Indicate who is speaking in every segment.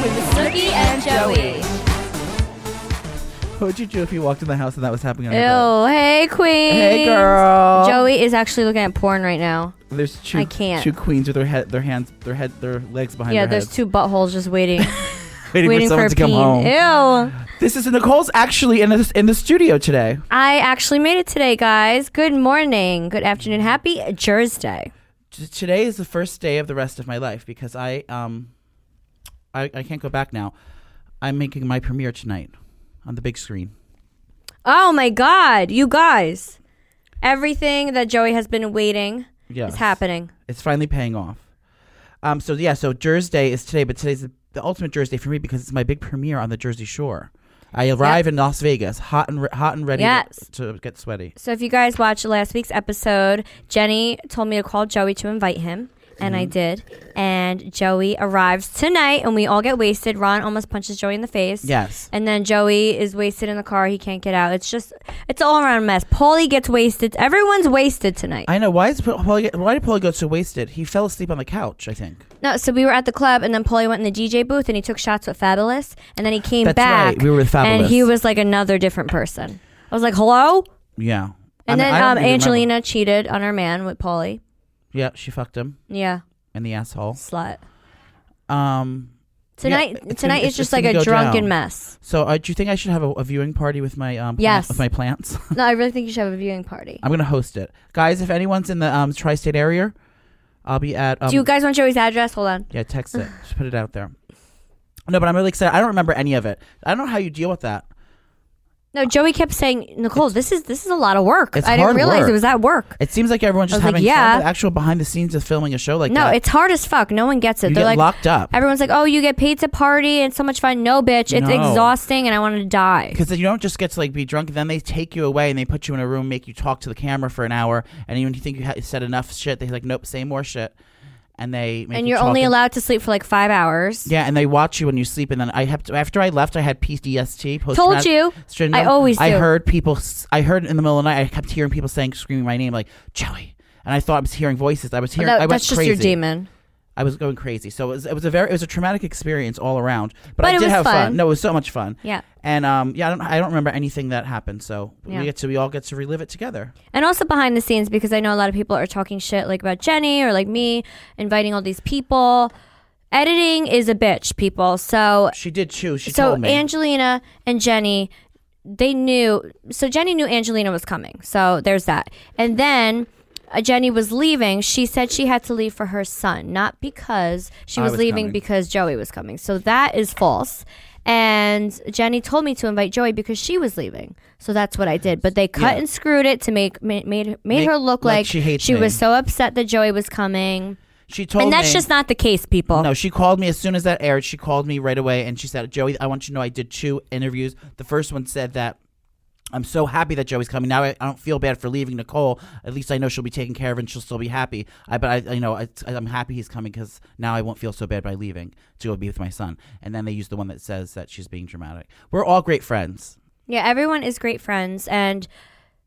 Speaker 1: with Snooki and Joey.
Speaker 2: What would you do if you walked in the house and that was happening on your
Speaker 1: Ew, hey queen.
Speaker 2: bed? Hey, girl.
Speaker 1: Joey is actually looking at porn right now.
Speaker 2: There's two.
Speaker 1: I can't.
Speaker 2: Two queens with their head, their hands, their head, their legs behind.
Speaker 1: yeah,
Speaker 2: their
Speaker 1: there's
Speaker 2: heads,
Speaker 1: two buttholes just waiting,
Speaker 2: waiting,
Speaker 1: waiting
Speaker 2: for someone
Speaker 1: a
Speaker 2: to come
Speaker 1: peen.
Speaker 2: home.
Speaker 1: Ew.
Speaker 2: This is Nicole's actually in the, in the studio today.
Speaker 1: I actually made it today, guys. Good morning, good afternoon, happy Thursday.
Speaker 2: T- today is the first day of the rest of my life because I um, I, I can't go back now. I'm making my premiere tonight on the big screen.
Speaker 1: Oh my God, you guys! Everything that Joey has been waiting
Speaker 2: Yes.
Speaker 1: is happening.
Speaker 2: It's finally paying off. Um. So yeah. So Jersey is today, but today's the, the ultimate Jersey for me because it's my big premiere on the Jersey Shore. I arrive in Las Vegas, hot and re- hot and ready to-
Speaker 1: Yes.
Speaker 2: to, get sweaty.
Speaker 1: So if you guys watched last week's episode, Jenny told me to call Joey to invite him, and
Speaker 2: Mm-hmm.
Speaker 1: I did. And Joey arrives tonight, and we all get wasted. Ron almost punches Joey in the face.
Speaker 2: Yes.
Speaker 1: And then Joey is wasted in the car. He can't get out. It's just, it's all around mess. Paulie gets wasted. Everyone's wasted tonight.
Speaker 2: I know why is Pa- Paul, why did Paul go so wasted? He fell asleep on the couch, I think.
Speaker 1: no, so we were at the club, and then Paulie went in the DJ booth, and he took shots with Fabulous, and then he came
Speaker 2: That's
Speaker 1: back.
Speaker 2: right. We were with
Speaker 1: And
Speaker 2: Fabulous.
Speaker 1: he was like another different person. I was like, hello?
Speaker 2: Yeah. I
Speaker 1: And
Speaker 2: mean, I
Speaker 1: then
Speaker 2: don't
Speaker 1: um,
Speaker 2: even remember.
Speaker 1: Angelina cheated on her man with Paulie.
Speaker 2: Yeah, she fucked him
Speaker 1: Yeah,
Speaker 2: in the asshole.
Speaker 1: slut.
Speaker 2: Um.
Speaker 1: Tonight,
Speaker 2: it's gonna-
Speaker 1: tonight
Speaker 2: it's-
Speaker 1: is just
Speaker 2: it's gonna
Speaker 1: like a
Speaker 2: go
Speaker 1: drunken
Speaker 2: down.
Speaker 1: mess.
Speaker 2: So uh, do you think I should have a, a viewing party with my um? plant-
Speaker 1: Yes.
Speaker 2: With my plants,
Speaker 1: No, I really think you should have a viewing party.
Speaker 2: I'm gonna host it, guys. If anyone's in the um tri-state area, I'll be at. Um,
Speaker 1: Do you guys want Joey's address? Hold on.
Speaker 2: Yeah, text it. Just put it out there. No, but I'm really excited. I don't remember any of it. I don't know how you deal with that.
Speaker 1: No, Joey kept saying, "Nicole, this is this is a lot of work.
Speaker 2: It's
Speaker 1: I didn't
Speaker 2: hard
Speaker 1: realize
Speaker 2: work.
Speaker 1: it was that work."
Speaker 2: It seems like everyone's
Speaker 1: I
Speaker 2: just
Speaker 1: was like,
Speaker 2: having
Speaker 1: yeah.
Speaker 2: fun. The actual behind the scenes of filming a show like
Speaker 1: no,
Speaker 2: that.
Speaker 1: it's hard as fuck. No one gets it.
Speaker 2: you
Speaker 1: They're
Speaker 2: get
Speaker 1: like,
Speaker 2: locked up
Speaker 1: everyone's like, "Oh, you get paid to party and so much fun." No, bitch, it's
Speaker 2: No.
Speaker 1: exhausting, and I wanted to die.
Speaker 2: because you don't just get to like be drunk. Then they take you away and they put you in a room, make you talk to the camera for an hour, and even if you think you ha- said enough shit, they're like, nope, say more shit, and they make
Speaker 1: And
Speaker 2: you
Speaker 1: you're
Speaker 2: talk
Speaker 1: only
Speaker 2: and-
Speaker 1: allowed to sleep for like five hours.
Speaker 2: Yeah, and they watch you when you sleep. And then I have to, after I left, I had PTSD.
Speaker 1: Told you.
Speaker 2: post-traumatic
Speaker 1: I always
Speaker 2: I
Speaker 1: do.
Speaker 2: heard people. s- I heard in the middle of the night. I kept hearing people saying, screaming my name, like Joey. And I thought I was hearing voices. I was
Speaker 1: But
Speaker 2: hearing.
Speaker 1: that-
Speaker 2: I went
Speaker 1: that's just your
Speaker 2: crazy.
Speaker 1: demon.
Speaker 2: I was going crazy. So it was, it was a very, it was a traumatic experience all around. But,
Speaker 1: But
Speaker 2: I
Speaker 1: it
Speaker 2: did
Speaker 1: was
Speaker 2: have fun.
Speaker 1: fun.
Speaker 2: No, it was so much fun.
Speaker 1: Yeah.
Speaker 2: And um, yeah, I don't, I don't remember anything that happened. So
Speaker 1: Yeah.
Speaker 2: we get to, we all get to relive it together.
Speaker 1: And also behind the scenes because I know a lot of people are talking shit like about Jenny or like me inviting all these people. Editing is a bitch, people. So
Speaker 2: She did too. She
Speaker 1: so
Speaker 2: told me.
Speaker 1: Angelina and Jenny they knew so Jenny knew Angelina was coming. So there's that. And then uh, Jenny was leaving. She said she had to leave for her son, not because she
Speaker 2: I
Speaker 1: was,
Speaker 2: was
Speaker 1: leaving
Speaker 2: coming.
Speaker 1: because Joey was coming. So that is false. And Jenny told me to invite Joey because she was leaving. So that's what I did. But they cut
Speaker 2: Yeah.
Speaker 1: and screwed it to make made made, made
Speaker 2: Make-
Speaker 1: her look like,
Speaker 2: like she hates me.
Speaker 1: was so upset that Joey was coming.
Speaker 2: she told
Speaker 1: and that's
Speaker 2: me-
Speaker 1: just not the case, people.
Speaker 2: No, she called me as soon as that aired. She called me right away and she said, Joey, I want you to know I did two interviews. The first one said that I'm so happy that Joey's coming. Now I, I don't feel bad for leaving Nicole. At least I know she'll be taken care of and she'll still be happy. I, but I, you know, I, I'm happy he's coming because now I won't feel so bad by leaving to go be with my son. And then they used the one that says that she's being dramatic. We're all great friends.
Speaker 1: Yeah, everyone is great friends and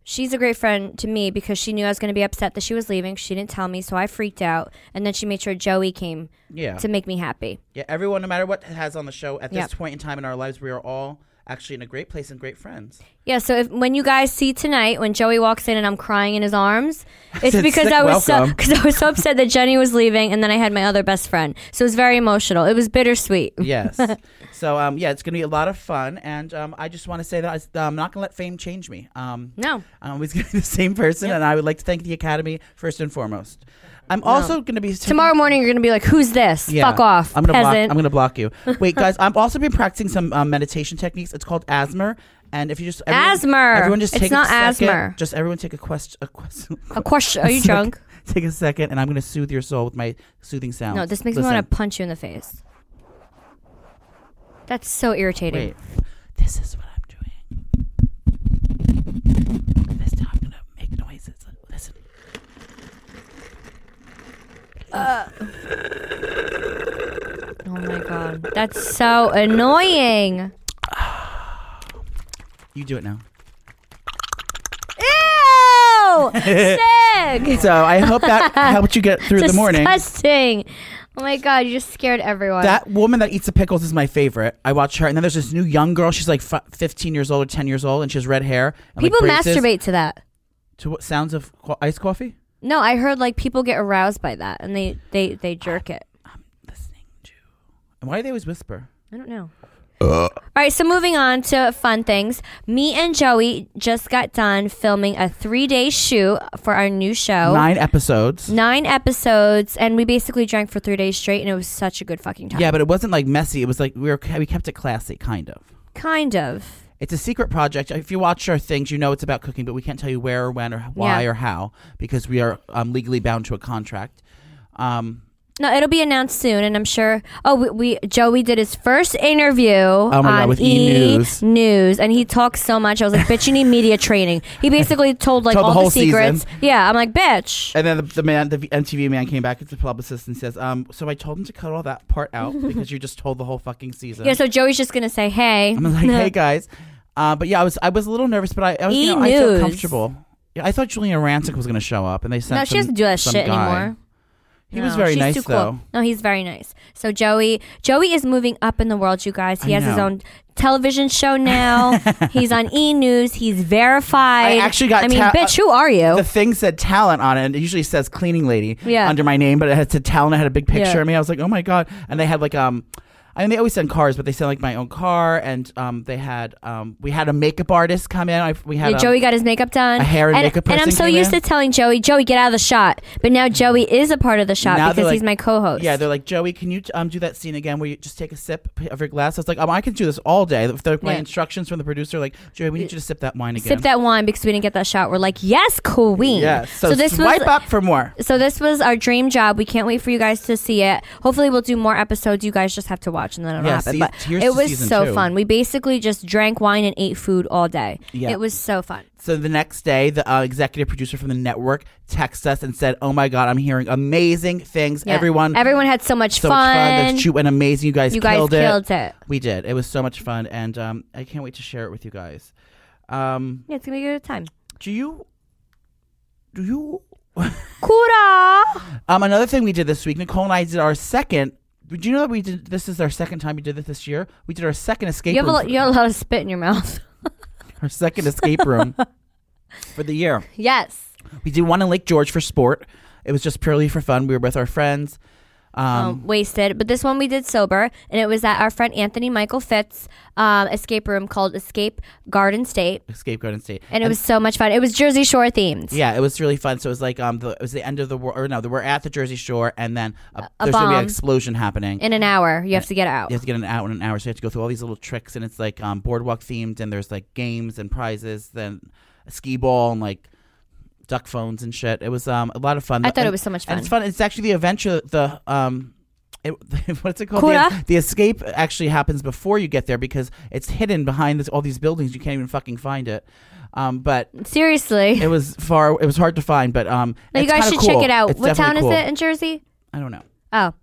Speaker 1: she's a great friend to me because she knew I was going to be upset that she was leaving. She didn't tell me, so I freaked out and then she made sure Joey came
Speaker 2: Yeah.
Speaker 1: to make me happy.
Speaker 2: yeah. Everyone, no matter what has on the show at this
Speaker 1: Yep.
Speaker 2: point in time in our lives, we are all actually in a great place and great friends.
Speaker 1: Yeah, so if, when you guys see tonight when Joey walks in and I'm crying in his arms, it's
Speaker 2: Said
Speaker 1: because
Speaker 2: sick
Speaker 1: I was so
Speaker 2: welcome.
Speaker 1: because I was so upset that Jenny was leaving and then I had my other best friend. So it was very emotional. It was bittersweet.
Speaker 2: yes. So um, yeah, it's gonna be a lot of fun, and um, I just want to say that I, I'm not gonna let fame change me. Um,
Speaker 1: No.
Speaker 2: I'm always gonna be the same person, and I would like to thank the Academy first and foremost. I'm also gonna be taking-
Speaker 1: Tomorrow morning you're going to be like, "Who's this?
Speaker 2: Yeah.
Speaker 1: Fuck off,
Speaker 2: I'm gonna
Speaker 1: peasant."
Speaker 2: block. I'm gonna block you. Wait, guys, I've also been practicing some um, meditation techniques. It's called asthma. And if you just everyone,
Speaker 1: Asthma.
Speaker 2: everyone just
Speaker 1: It's
Speaker 2: take
Speaker 1: not
Speaker 2: a second,
Speaker 1: asthma.
Speaker 2: Just everyone take a quest, a quest,
Speaker 1: a question. Are you drunk?
Speaker 2: Take a second, and I'm gonna soothe your soul with my soothing sound.
Speaker 1: No, this makes me want to punch you in the face. That's so irritating.
Speaker 2: Wait. This is what I'm doing. This time I'm gonna make noises. Listen.
Speaker 1: Oh my god. That's so annoying.
Speaker 2: You do it now.
Speaker 1: Ew! Sick.
Speaker 2: So I hope that helped you get through the morning.
Speaker 1: Disgusting. Oh my god, you just scared everyone.
Speaker 2: That woman that eats the pickles is my favorite. I watch her, and then there's this new young girl. She's like f- 15 years old or 10 years old, and she has red hair. And
Speaker 1: people
Speaker 2: like braces.
Speaker 1: masturbate to that.
Speaker 2: to what sounds of co- iced coffee.
Speaker 1: No, I heard like people get aroused by that and they they they jerk it.
Speaker 2: Listening to. And why do they always whisper?
Speaker 1: I don't know. All right, so moving on to fun things. Me and Joey just got done filming a three day shoot for our new show.
Speaker 2: Nine episodes.
Speaker 1: Nine episodes, and we basically drank for three days straight, and it was such a good fucking time.
Speaker 2: Yeah, but it wasn't like messy. It was like we were we kept it classy, kind of.
Speaker 1: kind of.
Speaker 2: It's a secret project. If you watch our things, you know it's about cooking, but we can't tell you where or when or why
Speaker 1: Yeah.
Speaker 2: or how because we are um, legally bound to a contract. Um,
Speaker 1: No, it'll be announced soon, and I'm sure. Oh, we, we Joey did his first interview
Speaker 2: my God,
Speaker 1: on
Speaker 2: with E!
Speaker 1: E!
Speaker 2: News.
Speaker 1: News, and he talked so much. I was like, "Bitch, you need media training." He basically told like
Speaker 2: Told the
Speaker 1: all the,
Speaker 2: whole season. Uh,
Speaker 1: secrets. Yeah, I'm like, "Bitch."
Speaker 2: and then the, the man, the MTV man, came back. It's a publicist and says, um, "So I told him to cut all that part out because you just told the whole fucking season."
Speaker 1: Yeah, so Joey's just gonna say, "Hey."
Speaker 2: I'm like, hey guys, uh, but yeah, I was I was a little nervous, but I, I was you
Speaker 1: E!
Speaker 2: know, I felt
Speaker 1: News.
Speaker 2: comfortable. Yeah, I thought Julian Rancic was going to show up, and they sent
Speaker 1: no, she doesn't do that
Speaker 2: some
Speaker 1: shit
Speaker 2: guy.
Speaker 1: anymore.
Speaker 2: He was
Speaker 1: No,
Speaker 2: very
Speaker 1: she's
Speaker 2: nice
Speaker 1: too cool.
Speaker 2: though.
Speaker 1: No, he's very nice. So Joey, Joey is moving up in the world, you guys. He
Speaker 2: I
Speaker 1: has his
Speaker 2: know.
Speaker 1: own television show now. he's on E News. He's verified.
Speaker 2: I actually got
Speaker 1: I mean,
Speaker 2: ta-
Speaker 1: bitch, who are you?
Speaker 2: The thing said talent on it, and it usually says cleaning lady
Speaker 1: Oh. Yeah.
Speaker 2: under my name, but it had said talent. It had a big picture
Speaker 1: Yeah.
Speaker 2: of me. I was like, oh my god! And they had like um, I mean they always send cars, but they sent like my own car, and um, they had um, we had a makeup artist come in. I, we had
Speaker 1: Yeah,
Speaker 2: um,
Speaker 1: Joey got his makeup done.
Speaker 2: a hair and makeup
Speaker 1: And I'm
Speaker 2: person
Speaker 1: so
Speaker 2: came
Speaker 1: used
Speaker 2: in.
Speaker 1: to telling Joey, Joey, get out of the shot. But now Joey is a part of the shot
Speaker 2: Now they're
Speaker 1: because
Speaker 2: like-
Speaker 1: he's my co-host.
Speaker 2: Yeah, they're like Joey. Can you um do that scene again where you just take a sip of your glass? I was like, um, I can do this all day. If they're my
Speaker 1: Yeah.
Speaker 2: instructions from the producer, like Joey, we need you to sip that wine again.
Speaker 1: Sip that wine because we didn't get that shot. We're like, yes, queen.
Speaker 2: Yeah. So, swipe
Speaker 1: was,
Speaker 2: up for more.
Speaker 1: So this was our dream job. We can't wait for you guys to see it. Hopefully, we'll do more episodes. You guys just have to watch, and then it'll
Speaker 2: Yeah,
Speaker 1: happen.
Speaker 2: see-
Speaker 1: but
Speaker 2: here's
Speaker 1: it
Speaker 2: to
Speaker 1: was
Speaker 2: season
Speaker 1: so
Speaker 2: two.
Speaker 1: fun. We basically just drank wine and ate food all day.
Speaker 2: Yeah.
Speaker 1: It was so fun.
Speaker 2: So the next day, the uh, executive producer from the network texted us and said, "Oh my God, I'm hearing amazing things.
Speaker 1: Yeah.
Speaker 2: Everyone,
Speaker 1: everyone had so much
Speaker 2: so
Speaker 1: fun.
Speaker 2: much fun. The shoot went amazing. You guys,
Speaker 1: you guys
Speaker 2: killed,
Speaker 1: killed
Speaker 2: it.
Speaker 1: it.
Speaker 2: We did. It was so much fun, and um, I can't wait to share it with you guys. Um,
Speaker 1: Yeah, it's gonna be a good time.
Speaker 2: do you? Do you?
Speaker 1: Kura.
Speaker 2: Um, another thing we did this week, Nicole and I did our second. Do you know that we did? This is our second time we did this this year. We did our second escape.
Speaker 1: You have a
Speaker 2: room
Speaker 1: lo-
Speaker 2: for-
Speaker 1: you have a lot of spit in your mouth.
Speaker 2: our second escape room for the year.
Speaker 1: yes.
Speaker 2: We did one in Lake George for sport. It was just purely for fun. We were with our friends. Um,
Speaker 1: um, wasted. But this one we did sober, and it was at our friend Anthony Michael Fitz um, escape room called Escape Garden State,
Speaker 2: escape Garden State.
Speaker 1: and it was so much fun. It was Jersey Shore themed.
Speaker 2: Yeah, it was really fun. So it was like um, the, it was the end of the world. Or no, the, we're at the Jersey Shore, and then a,
Speaker 1: A
Speaker 2: there's gonna be an
Speaker 1: bomb.
Speaker 2: explosion happening.
Speaker 1: In an hour, you have to get out.
Speaker 2: you have to get an out in an hour, so you have to go through all these little tricks, and it's like um, boardwalk themed, and there's like games and prizes, then a skee ball and like duck phones and shit. It was um, a lot of fun.
Speaker 1: I thought
Speaker 2: And-
Speaker 1: it was so much
Speaker 2: and
Speaker 1: fun.
Speaker 2: it's fun. It's actually the adventure. The um, it, what's it called?
Speaker 1: Kura?
Speaker 2: The, the escape actually happens before you get there because it's hidden behind this, all these buildings. You can't even fucking find it. Um, but
Speaker 1: Seriously,
Speaker 2: it was far. It was hard to find. But um,
Speaker 1: No, you
Speaker 2: it's
Speaker 1: guys
Speaker 2: kinda
Speaker 1: should
Speaker 2: cool.
Speaker 1: check it out.
Speaker 2: It's
Speaker 1: what town
Speaker 2: definitely
Speaker 1: is
Speaker 2: cool.
Speaker 1: it in Jersey?
Speaker 2: I don't know.
Speaker 1: Oh.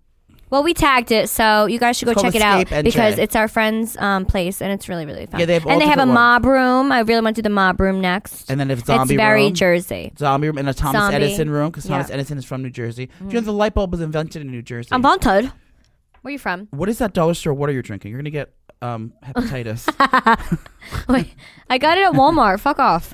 Speaker 1: Well, we tagged it, so you guys should
Speaker 2: It's
Speaker 1: go
Speaker 2: called
Speaker 1: check it out
Speaker 2: Escape NJ.
Speaker 1: because it's our friend's um, place, and it's really, really fun.
Speaker 2: Yeah, they have all
Speaker 1: and they have a
Speaker 2: different
Speaker 1: mob room. I really want to do the mob room next.
Speaker 2: And then if zombie
Speaker 1: it's very
Speaker 2: room.
Speaker 1: Jersey.
Speaker 2: zombie room and a Thomas
Speaker 1: Zombie.
Speaker 2: Edison room because Thomas
Speaker 1: Yeah. Mm.
Speaker 2: Edison is from New Jersey. Do you know the light bulb was invented in New Jersey?
Speaker 1: I'm wanted. Where are you from?
Speaker 2: what is that dollar store water you're drinking? You're gonna get um, hepatitis.
Speaker 1: Wait, I got it at Walmart. Fuck off.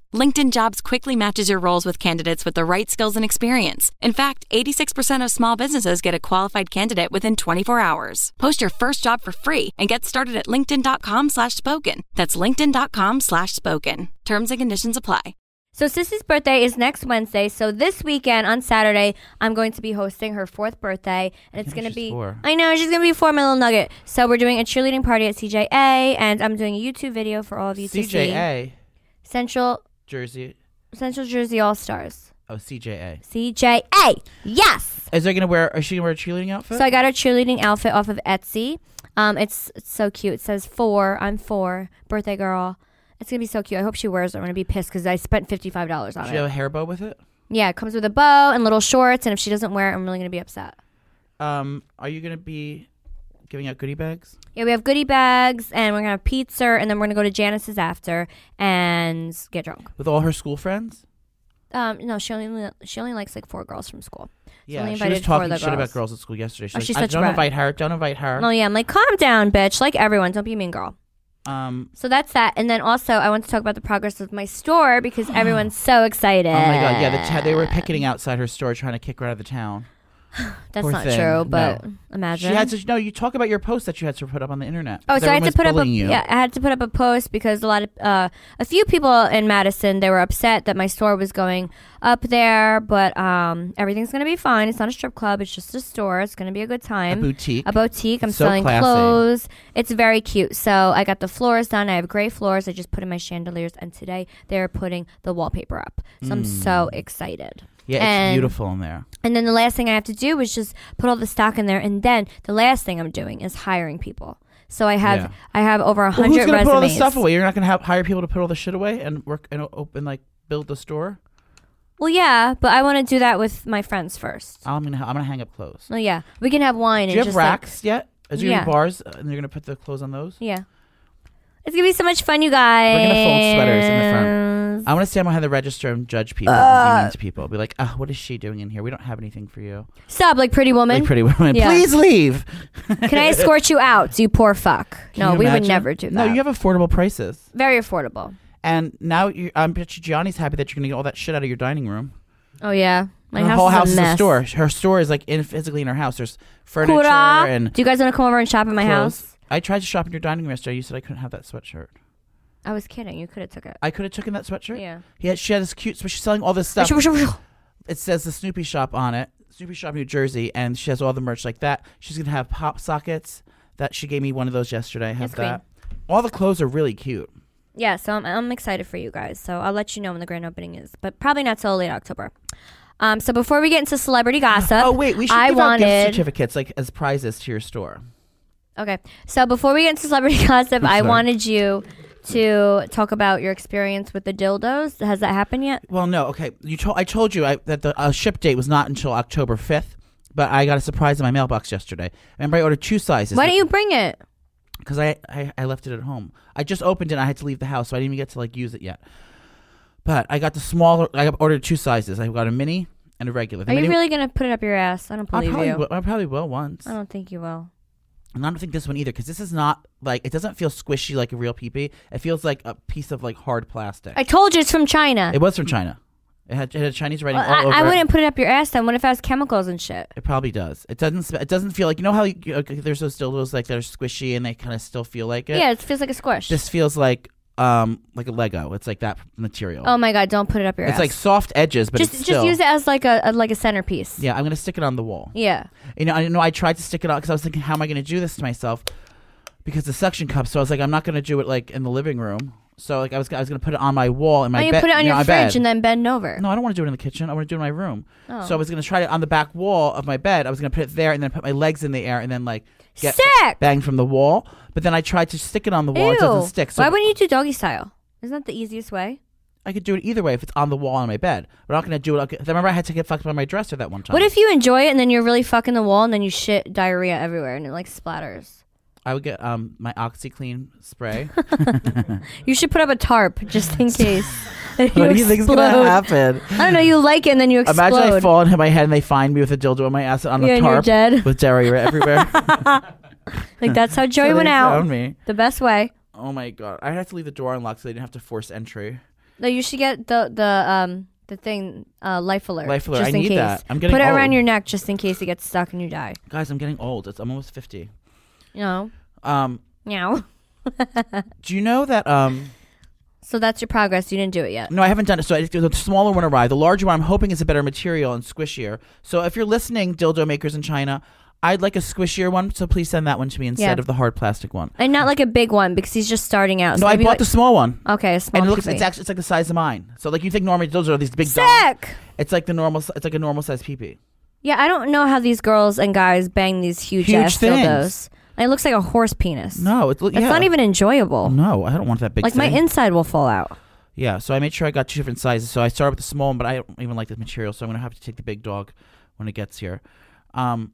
Speaker 3: LinkedIn Jobs quickly matches your roles with candidates with the right skills and experience. In fact, 86% of small businesses get a qualified candidate within 24 hours. Post your first job for free and get started at linkedin.com slash spoken. That's linkedin.com slash spoken. Terms and conditions apply.
Speaker 1: So Sissy's birthday is next Wednesday. So this weekend on Saturday, I'm going to be hosting her fourth birthday, and it's going to
Speaker 2: she's
Speaker 1: be.
Speaker 2: four.
Speaker 1: I know she's going to be four, my little nugget. So we're doing a cheerleading party at CJA, and I'm doing a YouTube video for all of you to see.
Speaker 2: CJA
Speaker 1: Central
Speaker 2: Jersey.
Speaker 1: Central Jersey All Stars.
Speaker 2: Oh, CJA.
Speaker 1: CJA. Yes.
Speaker 2: Is they gonna wear? Is she gonna wear a cheerleading outfit?
Speaker 1: So I got a cheerleading outfit off of Etsy. Um, it's, it's so cute. It says four. I'm four. Birthday girl. It's gonna be so cute. I hope she wears it. I'm gonna be pissed because I spent fifty five dollars on
Speaker 2: Does
Speaker 1: it.
Speaker 2: she have a hair bow with it?
Speaker 1: Yeah, it comes with a bow and little shorts. And if she doesn't wear it, I'm really gonna be upset.
Speaker 2: Um, are you gonna be giving out goodie bags?
Speaker 1: Yeah, we have goodie bags and we're gonna have pizza and then we're gonna go to Janice's after and get drunk.
Speaker 2: With all her school friends?
Speaker 1: Um, no, she only she only likes like four girls from school.
Speaker 2: Yeah,
Speaker 1: only
Speaker 2: she was
Speaker 1: invited four of
Speaker 2: talking
Speaker 1: the
Speaker 2: shit about
Speaker 1: girls.
Speaker 2: girls at school yesterday. She's
Speaker 1: Oh,
Speaker 2: like,
Speaker 1: she's
Speaker 2: "I-
Speaker 1: such a
Speaker 2: don't
Speaker 1: brat."
Speaker 2: invite her. Don't invite
Speaker 1: Oh
Speaker 2: her.
Speaker 1: yeah, I'm like, calm down, bitch. Like everyone, don't be a mean girl.
Speaker 2: Um,
Speaker 1: So that's that. And then also, I want to talk about the progress of my store because everyone's so excited.
Speaker 2: oh my god, yeah, the ta- they were picketing outside her store trying to kick her out of the town.
Speaker 1: That's
Speaker 2: poor
Speaker 1: not
Speaker 2: thing.
Speaker 1: true, but
Speaker 2: No.
Speaker 1: imagine.
Speaker 2: She had to no. You talk about your post that you had to put up on the internet.
Speaker 1: Oh,
Speaker 2: 'cause
Speaker 1: so I had to
Speaker 2: everyone's
Speaker 1: put up a,
Speaker 2: bullying you.
Speaker 1: yeah, I had to put up a post because a lot of uh, a few people in Madison they were upset that my store was going up there, but um, everything's gonna be fine. It's not a strip club; it's just a store. It's gonna be a good
Speaker 2: a
Speaker 1: time.
Speaker 2: boutique.
Speaker 1: A boutique. I'm
Speaker 2: It's so
Speaker 1: selling
Speaker 2: classy.
Speaker 1: clothes. It's very cute. So I got the floors done. I have gray floors. I just put in my chandeliers, and today they're putting the wallpaper up. So I'm so excited.
Speaker 2: Hmm. yeah, it's
Speaker 1: and-
Speaker 2: beautiful in there.
Speaker 1: And then the last thing I have to do is just put all the stock in there. And then the last thing I'm doing is hiring people. So I have
Speaker 2: Yeah.
Speaker 1: I have over
Speaker 2: Well, who's
Speaker 1: 100
Speaker 2: gonna
Speaker 1: resumes.
Speaker 2: put all this stuff away? You're not gonna have, hire people to put all the shit away and work and open like build the store.
Speaker 1: Well, yeah, but I want to do that with my friends first.
Speaker 2: I'm gonna ha- I'm gonna hang up clothes.
Speaker 1: Oh yeah, we can have wine and
Speaker 2: Do you have
Speaker 1: just like-
Speaker 2: racks yet? Is there gonna
Speaker 1: Yeah.
Speaker 2: be bars uh, and you're gonna put the clothes on those?
Speaker 1: yeah, it's gonna be so much fun, you guys.
Speaker 2: fold sweaters in the front. I want to stand behind the register and judge people, and
Speaker 1: Uh,
Speaker 2: be mean to people. Be like, ah, what is she doing in here? We don't have anything for you.
Speaker 1: Stop, like Pretty Woman.
Speaker 2: Like Pretty Woman,
Speaker 1: Yeah.
Speaker 2: please leave.
Speaker 1: can I escort you out, you poor fuck?
Speaker 2: Can
Speaker 1: no,
Speaker 2: you
Speaker 1: we would
Speaker 2: imagine?
Speaker 1: never do that.
Speaker 2: No, you have affordable prices,
Speaker 1: very affordable.
Speaker 2: and now you, I'm bet you Gianni's happy that you're gonna get all that shit out of your dining room.
Speaker 1: Oh yeah, my
Speaker 2: her
Speaker 1: house
Speaker 2: whole
Speaker 1: is
Speaker 2: house
Speaker 1: a
Speaker 2: is
Speaker 1: mess.
Speaker 2: a store. Her store is like in physically in her house. There's furniture
Speaker 1: Kura,
Speaker 2: and
Speaker 1: do you guys want to come over and shop at my
Speaker 2: clothes.
Speaker 1: house?
Speaker 2: I tried to shop in your dining room yesterday. You said I couldn't have that sweatshirt.
Speaker 1: I was kidding. You could have took it.
Speaker 2: I could have taken that sweatshirt.
Speaker 1: Yeah.
Speaker 2: Yeah, she had this cute. So she's selling all this stuff.
Speaker 1: That's
Speaker 2: it says the Snoopy Shop on it, Snoopy Shop New Jersey, and she has all the merch like that. She's gonna have pop sockets that she gave me one of those yesterday. I have
Speaker 1: Yes, queen.
Speaker 2: that. All the clothes are really cute.
Speaker 1: Yeah, so I'm, I'm excited for you guys. So I'll let you know when the grand opening is, but probably not till late October. Um, so before we get into celebrity gossip,
Speaker 2: oh wait, we should
Speaker 1: I
Speaker 2: give out gift
Speaker 1: wanted.
Speaker 2: certificates like as prizes to your store.
Speaker 1: okay, so before we get into celebrity gossip, I
Speaker 2: sorry.
Speaker 1: wanted you to talk about your experience with the dildos. Has that happened yet?
Speaker 2: Well, no, okay. You told I told you I, that the uh, ship date was not until October fifth, but I got a surprise in my mailbox yesterday. Remember, I ordered two sizes.
Speaker 1: Why don't you bring it?
Speaker 2: because I, I I left it at home. I just opened it. and I had to leave the house, so I didn't even get to like use it yet. But I got the smaller. I ordered two sizes. I got a mini and a regular. The
Speaker 1: Are you
Speaker 2: mini-
Speaker 1: really gonna put it up your ass? I don't
Speaker 2: I
Speaker 1: believe
Speaker 2: probably
Speaker 1: you. Oh.
Speaker 2: will, I probably will once.
Speaker 1: I don't think you will.
Speaker 2: And I don't think this one either because this is not like it doesn't feel squishy like a real peepee. It feels like a piece of like hard plastic.
Speaker 1: I told you it's from China.
Speaker 2: it was from China. It had, it had Chinese writing
Speaker 1: Well,
Speaker 2: all over.
Speaker 1: I, I
Speaker 2: it.
Speaker 1: wouldn't put it up your ass then. What if it has chemicals and shit?
Speaker 2: It probably does. It doesn't. sm- It doesn't feel like you know how you, okay, there's those dildos like that are squishy and they kind of still feel like it.
Speaker 1: Yeah, it feels like a squish.
Speaker 2: This feels like um like a Lego. It's like that material.
Speaker 1: oh my god, don't put it up your
Speaker 2: it's
Speaker 1: ass.
Speaker 2: like soft edges, but
Speaker 1: just
Speaker 2: it's
Speaker 1: just
Speaker 2: still.
Speaker 1: use it as like a, a like a centerpiece.
Speaker 2: Yeah, I'm gonna stick it on the wall.
Speaker 1: Yeah.
Speaker 2: You know, I know I tried to stick it out because I was thinking, how am I gonna do this to myself? Because the suction cup. So I was like, I'm not gonna do it like in the living room. So like I was I was gonna put it on my wall in my
Speaker 1: oh, you
Speaker 2: bed.
Speaker 1: put it on
Speaker 2: you
Speaker 1: your
Speaker 2: know, my
Speaker 1: fridge
Speaker 2: bed.
Speaker 1: and then bend over.
Speaker 2: No, I don't want to do it in the kitchen. I want to do it in my room.
Speaker 1: Oh.
Speaker 2: So I was gonna try it on the back wall of my bed. I was gonna put it there and then put my legs in the air and then like get
Speaker 1: Sick!
Speaker 2: bang from the wall. But then I tried to stick it on the wall. It doesn't
Speaker 1: Ew.
Speaker 2: stick. So
Speaker 1: Why wouldn't you do doggy style? Isn't that the easiest way?
Speaker 2: I could do it either way if it's on the wall on my bed. But I'm not gonna do it. Like, I remember I had to get fucked by my dresser that one time.
Speaker 1: What if you enjoy it and then you're really fucking the wall and then you shit diarrhea everywhere and it like splatters?
Speaker 2: I would get um my OxyClean spray?
Speaker 1: You should put up a tarp just in case. what explode.
Speaker 2: happen?
Speaker 1: I don't know. You like it and then you explode.
Speaker 2: Imagine I fall and hit my head and they find me with a dildo in my ass on
Speaker 1: Yeah,
Speaker 2: a
Speaker 1: and you're
Speaker 2: tarp
Speaker 1: dead.
Speaker 2: with diarrhea everywhere.
Speaker 1: Like that's how Joey
Speaker 2: They
Speaker 1: went out.
Speaker 2: found me.
Speaker 1: The best way.
Speaker 2: Oh my god! I had to leave the door unlocked so they didn't have to force entry.
Speaker 1: No, you should get the the um the thing uh, life alert.
Speaker 2: Life alert,
Speaker 1: Just
Speaker 2: I
Speaker 1: in
Speaker 2: need
Speaker 1: case.
Speaker 2: that. I'm getting
Speaker 1: put it around
Speaker 2: old.
Speaker 1: your neck just in case it gets stuck and you die.
Speaker 2: Guys, I'm getting old. It's, I'm almost fifty.
Speaker 1: You know.
Speaker 2: Um,
Speaker 1: Meow.
Speaker 2: do you know that um
Speaker 1: So that's your progress. You didn't do it yet.
Speaker 2: No, I haven't done it. So I- the smaller one arrived. The larger one, I'm hoping, is a better material and squishier. So if you're listening, dildo makers in China, I'd like a squishier one. So please send that one to me instead
Speaker 1: Yeah.
Speaker 2: of the hard plastic one.
Speaker 1: And not like a big one because he's just starting out. So
Speaker 2: No, I
Speaker 1: maybe
Speaker 2: bought
Speaker 1: like-
Speaker 2: the small one.
Speaker 1: Okay, a small
Speaker 2: and it looks
Speaker 1: peepee.
Speaker 2: it's actually it's like the size of mine. So like you think normally dildos are these big dogs.
Speaker 1: Sick!
Speaker 2: It's like the normal. It's like a normal size peepee.
Speaker 1: Yeah, I don't know how these girls and guys bang these huge,
Speaker 2: Huge
Speaker 1: ass
Speaker 2: things.
Speaker 1: dildos. It looks like a horse penis.
Speaker 2: No, it,
Speaker 1: It's not even enjoyable.
Speaker 2: No, I don't want that big.
Speaker 1: like my
Speaker 2: thing.
Speaker 1: inside will fall out.
Speaker 2: Yeah, so I made sure I got two different sizes. So I started with the small one, but I don't even like the material, so I'm gonna have to take the big dog when it gets here. Um,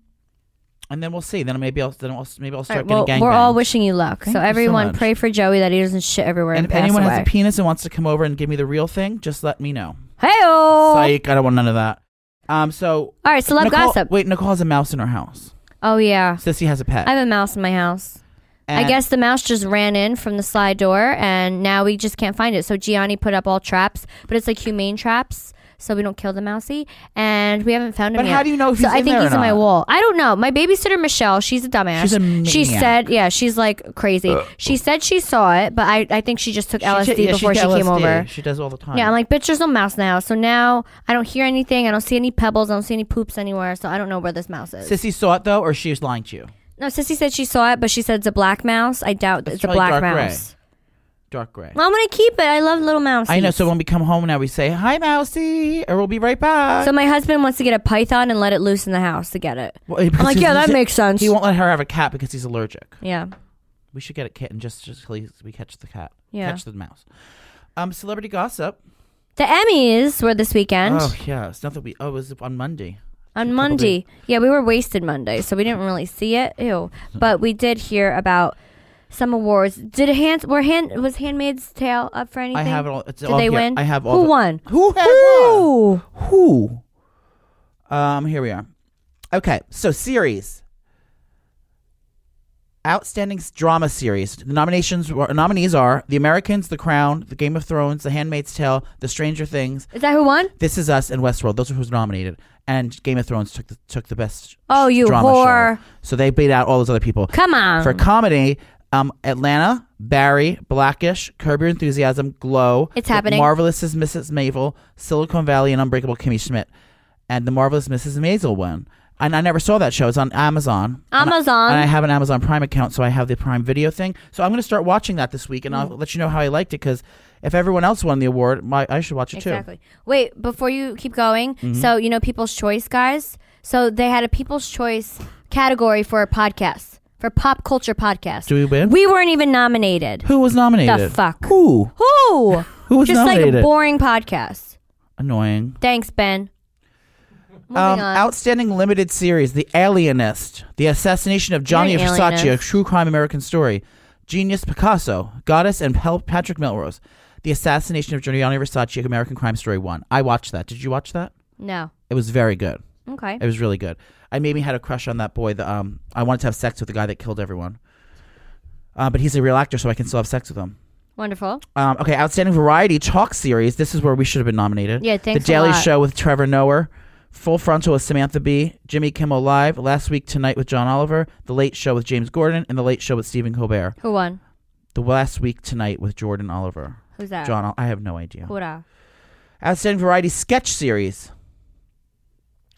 Speaker 2: and then we'll see. Then maybe I'll then I'll, maybe I'll
Speaker 1: All
Speaker 2: start
Speaker 1: right, well,
Speaker 2: getting gang.
Speaker 1: we're all wishing you luck.
Speaker 2: Thank
Speaker 1: so
Speaker 2: you so
Speaker 1: everyone,
Speaker 2: much.
Speaker 1: pray for Joey that he doesn't shit everywhere
Speaker 2: And
Speaker 1: and,
Speaker 2: if
Speaker 1: pass
Speaker 2: anyone
Speaker 1: away.
Speaker 2: has a penis and wants to come over and give me the real thing, just let me know.
Speaker 1: Hey-o!
Speaker 2: Psych, I don't want none of that. Um, so
Speaker 1: All right, celeb
Speaker 2: Nicole-
Speaker 1: gossip.
Speaker 2: Wait, Nicole has a mouse in her house.
Speaker 1: Oh yeah,
Speaker 2: Sissy has a pet.
Speaker 1: I have a mouse in my house. I
Speaker 2: And-
Speaker 1: guess the mouse just ran in from the slide door, and now we just can't find it. So Gianni put up all traps, but it's like humane traps, so we don't kill the mousey, and we haven't found him
Speaker 2: But
Speaker 1: yet.
Speaker 2: how do you know if
Speaker 1: so
Speaker 2: he's
Speaker 1: I
Speaker 2: in
Speaker 1: think
Speaker 2: there
Speaker 1: he's
Speaker 2: or
Speaker 1: in my
Speaker 2: not?
Speaker 1: wall. I don't know. My babysitter Michelle, she's a dumbass.
Speaker 2: She's a
Speaker 1: she
Speaker 2: maniac.
Speaker 1: said, yeah, she's like crazy. She said she saw it, but I, I think she just took LSD
Speaker 2: ta- yeah,
Speaker 1: before she
Speaker 2: ta-
Speaker 1: came
Speaker 2: LSD.
Speaker 1: over.
Speaker 2: She does all the time.
Speaker 1: Yeah, I'm like, bitch, there's no mouse now. So now I don't hear anything. I don't see any pebbles. I don't see any poops anywhere. So I don't know where this mouse is.
Speaker 2: Sissy saw it though, or she was lying to you.
Speaker 1: no, Sissy said she saw it, but she said it's a black mouse. I doubt that
Speaker 2: It's
Speaker 1: it's a
Speaker 2: probably
Speaker 1: black
Speaker 2: dark gray.
Speaker 1: mouse.
Speaker 2: Dark gray.
Speaker 1: Well, I'm going to keep it. I love little mouse.
Speaker 2: I know. So when we come home now, we say hi, Mousy, or we'll be right back.
Speaker 1: So my husband wants to get a python and let it loose in the house to get it.
Speaker 2: Well, eh, because
Speaker 1: I'm like,
Speaker 2: he's-
Speaker 1: yeah, that
Speaker 2: he's-
Speaker 1: makes sense.
Speaker 2: He won't let her have a cat because he's allergic.
Speaker 1: Yeah.
Speaker 2: We should get a kitten just just till he- we catch the cat.
Speaker 1: Yeah.
Speaker 2: Catch the mouse. Um, celebrity gossip.
Speaker 1: The Emmys were this weekend
Speaker 2: oh yeah, it's not that we. Oh, it was on Monday.
Speaker 1: on Monday. Yeah, we were wasted Monday, so we didn't really see it. Ew. But we did hear about some awards. Did hand were hand was Handmaid's Tale up for anything?
Speaker 2: I have it all. It's
Speaker 1: Did
Speaker 2: all
Speaker 1: they
Speaker 2: here.
Speaker 1: win?
Speaker 2: I have all.
Speaker 1: Who
Speaker 2: the-
Speaker 1: won?
Speaker 2: Who had won?
Speaker 1: Ooh.
Speaker 2: Who? Um, here we are. Okay, so series. Outstanding s- drama series. The nominations were, nominees are The Americans, The Crown, The Game of Thrones, The Handmaid's Tale, The Stranger Things,
Speaker 1: Is that who won?
Speaker 2: This Is Us, and Westworld. Those are who's nominated. And Game of Thrones took the, took the best.
Speaker 1: Oh, you
Speaker 2: drama
Speaker 1: whore.
Speaker 2: Show. So they beat out all those other people.
Speaker 1: Come on.
Speaker 2: For comedy, um, Atlanta, Barry, Blackish, Curb Your Enthusiasm, Glow.
Speaker 1: It's happening.
Speaker 2: The Marvelous is Mrs. Mavel, Silicon Valley, and Unbreakable Kimmy Schmidt. And the Marvelous Mrs. Maisel won. And I never saw that show. It's on Amazon. And I-
Speaker 1: Amazon.
Speaker 2: And I, have an Amazon Prime account, so I have the Prime Video thing. So I'm going to start watching that this week, and I'll
Speaker 1: Mm.
Speaker 2: let you know how I liked it. Because if everyone else won the award, my, I should watch it too.
Speaker 1: Exactly. Wait, before you keep going,
Speaker 2: Mm-hmm.
Speaker 1: so you know People's Choice guys. So they had a People's Choice category for a podcast, for pop culture podcast.
Speaker 2: Do we win?
Speaker 1: We weren't even nominated.
Speaker 2: Who was
Speaker 1: The
Speaker 2: nominated?
Speaker 1: fuck?
Speaker 2: Who?
Speaker 1: Who?
Speaker 2: Who was
Speaker 1: Just like a
Speaker 2: nominated?
Speaker 1: boring podcast.
Speaker 2: Annoying.
Speaker 1: Thanks, Ben. Moving
Speaker 2: Um,
Speaker 1: on.
Speaker 2: outstanding limited series: The Alienist, The Assassination of Johnny
Speaker 1: You're an
Speaker 2: Versace, a
Speaker 1: alienist.
Speaker 2: true crime American story, Genius Picasso, Goddess, and Pel- Patrick Melrose. The Assassination of Gianni Versace, American Crime Story One. I watched that. Did you watch that?
Speaker 1: no.
Speaker 2: It was very good.
Speaker 1: Okay.
Speaker 2: It was really good. I maybe had a crush on that boy. That um, I wanted to have sex with the guy that killed everyone. Uh, but he's a real actor, so I can still have sex with him.
Speaker 1: Wonderful.
Speaker 2: Um, okay, outstanding variety talk series. This is where we should have been nominated.
Speaker 1: Yeah, thanks
Speaker 2: The
Speaker 1: a
Speaker 2: Daily
Speaker 1: lot.
Speaker 2: Show with Trevor Noah, Full Frontal with Samantha Bee, Jimmy Kimmel Live, Last Week Tonight with John Oliver, The Late Show with James Gordon, and The Late Show with Stephen Colbert.
Speaker 1: Who won?
Speaker 2: The Last Week Tonight with Jordan Oliver.
Speaker 1: Who's that?
Speaker 2: John, Ol- I have no idea.
Speaker 1: Huda.
Speaker 2: Outstanding variety sketch series.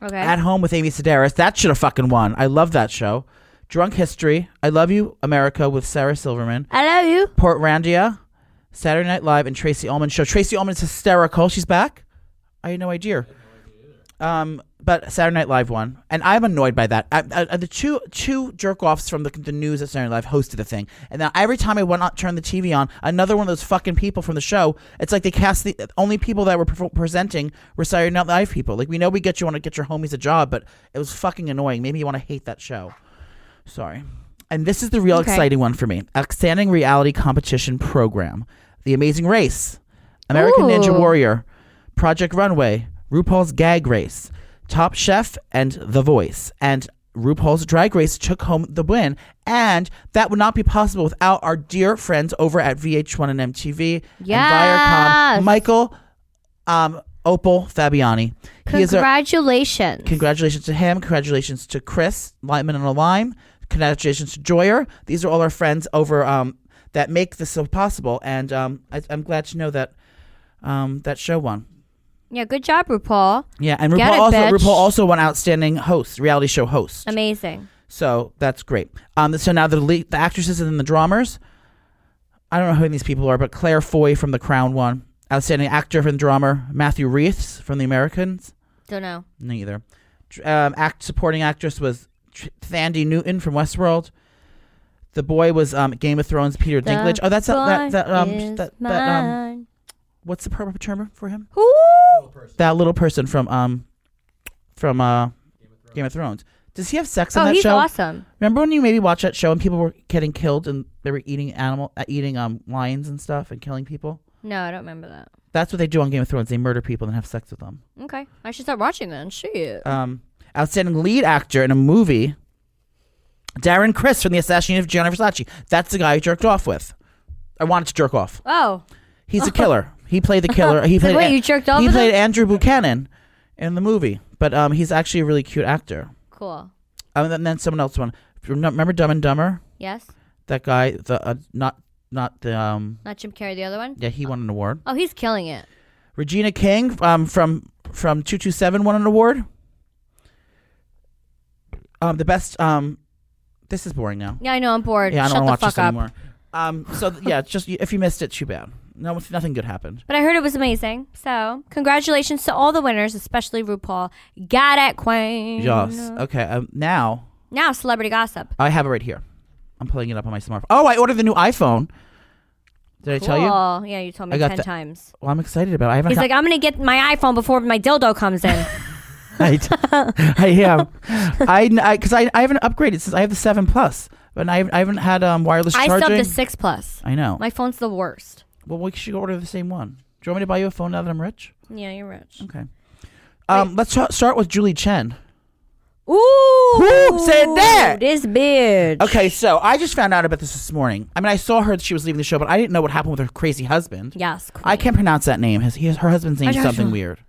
Speaker 1: Okay.
Speaker 2: At Home with Amy Sedaris. That should have fucking won. I love that show. Drunk History. I Love You, America with Sarah Silverman.
Speaker 1: I love you.
Speaker 2: Portlandia, Saturday Night Live, and Tracy Ullman show. Tracy Ullman's hysterical. She's back. I had no idea. Um, but Saturday Night Live won, and I'm annoyed by that. I, I, I- the two two jerk offs from the, the news at Saturday Night Live hosted the thing, and now every time I went on turn the TV on, another one of those fucking people from the show. It's like they cast the only people that were pre- presenting were Saturday Night Live people. Like we know we get you want to get your homies a job, but it was fucking annoying. Made me want to hate that show. Sorry. And this is the real
Speaker 1: Okay.
Speaker 2: exciting one for me. Outstanding reality competition program. The Amazing Race. American Ninja
Speaker 1: Ooh.
Speaker 2: Warrior. Project Runway. RuPaul's Gag Race. Top Chef and The Voice. And RuPaul's Drag Race took home the win. And that would not be possible without our dear friends over at VH1 and MTV and Viacom.
Speaker 1: Yes.
Speaker 2: Michael um, Opal Fabiani. He is our
Speaker 1: Congratulations.
Speaker 2: Congratulations to him. Congratulations to Chris Lightman and a Lime. Congratulations to Joyer. These are all our friends over. Um, that make this so possible. And um, I, I'm glad to know that um, that show won.
Speaker 1: Yeah, good job, RuPaul.
Speaker 2: Yeah, and
Speaker 1: Get
Speaker 2: RuPaul
Speaker 1: it,
Speaker 2: also
Speaker 1: bitch.
Speaker 2: RuPaul also won outstanding host, reality show host.
Speaker 1: Amazing.
Speaker 2: So that's great. Um, so now the le- the actresses and then the dramas. I don't know who these people are, but Claire Foy from The Crown won. Outstanding actor from the drama, Matthew Reeves from The Americans.
Speaker 1: Don't know.
Speaker 2: Neither. Dr- Um, act supporting actress was Tr- Thandi Newton from Westworld. The boy was um, Game of Thrones Peter Dinklage. Oh, that's that that, that um that, that um what's the proper term for him?
Speaker 1: Who?
Speaker 2: That little person from um from uh Game of Thrones. Does he have sex on
Speaker 1: Oh,
Speaker 2: that
Speaker 1: he's
Speaker 2: show?
Speaker 1: awesome.
Speaker 2: Remember when you maybe watched that show and people were getting killed and they were eating animal, uh, eating um lions and stuff and killing people?
Speaker 1: No, I don't remember that.
Speaker 2: That's what they do on Game of Thrones. They murder people and have sex with them.
Speaker 1: Okay, I should start watching then. Shit.
Speaker 2: Um, outstanding lead actor in a movie. Darren Chris from the assassination of Gianni Versace. That's the guy I jerked off with. I wanted to jerk off.
Speaker 1: oh,
Speaker 2: He's a killer. He played the killer. He
Speaker 1: So
Speaker 2: played.
Speaker 1: wait,
Speaker 2: An-
Speaker 1: you jerked off
Speaker 2: He
Speaker 1: with
Speaker 2: played
Speaker 1: him?
Speaker 2: Andrew Buchanan in the movie, but um, he's actually a really cute actor.
Speaker 1: cool.
Speaker 2: Um, and then someone else won. Remember Dumb and Dumber?
Speaker 1: Yes,
Speaker 2: That guy. The uh, not not the um.
Speaker 1: not Jim Carrey, the other one.
Speaker 2: Yeah, he won an award.
Speaker 1: Oh, he's killing it.
Speaker 2: Regina King um, from from two two seven won an award. Um, the best. Um, this is boring now.
Speaker 1: Yeah, I know. I'm bored.
Speaker 2: Yeah, I
Speaker 1: Shut the
Speaker 2: don't want to
Speaker 1: fuck
Speaker 2: watch this
Speaker 1: up.
Speaker 2: anymore. Um, so th- yeah, it's just if you missed it, too bad. No, nothing good happened.
Speaker 1: But I heard it was amazing. So congratulations to all the winners, especially RuPaul. Got it, Queen.
Speaker 2: Yes. Okay. Um, now
Speaker 1: Now celebrity gossip.
Speaker 2: I have it right here. I'm pulling it up on my smartphone. Oh, I ordered the new iPhone. Did I tell you? Well,
Speaker 1: Cool. Yeah, you told me
Speaker 2: I got
Speaker 1: ten
Speaker 2: the-
Speaker 1: times.
Speaker 2: I'm excited about. It. I haven't.
Speaker 1: He's
Speaker 2: got-
Speaker 1: like, I'm gonna get my iPhone before my dildo comes in.
Speaker 2: I, I am. I because I, I, haven't upgraded since I have the seven plus, but I haven't, I haven't had um wireless
Speaker 1: I
Speaker 2: charging.
Speaker 1: still have the six plus.
Speaker 2: I know.
Speaker 1: My phone's the worst.
Speaker 2: well, we should order the same one. Do you want me to buy you a phone now that I'm rich?
Speaker 1: Yeah, you're rich.
Speaker 2: Okay. Um, let's tra- start with Julie Chen.
Speaker 1: Ooh,
Speaker 2: Who said that?
Speaker 1: This bitch.
Speaker 2: Okay, so I just found out about this this morning. I mean, I saw her; she was leaving the show, but I didn't know what happened with her crazy husband.
Speaker 1: Yes. Queen.
Speaker 2: I can't pronounce that name. His, his her husband's name is something weird.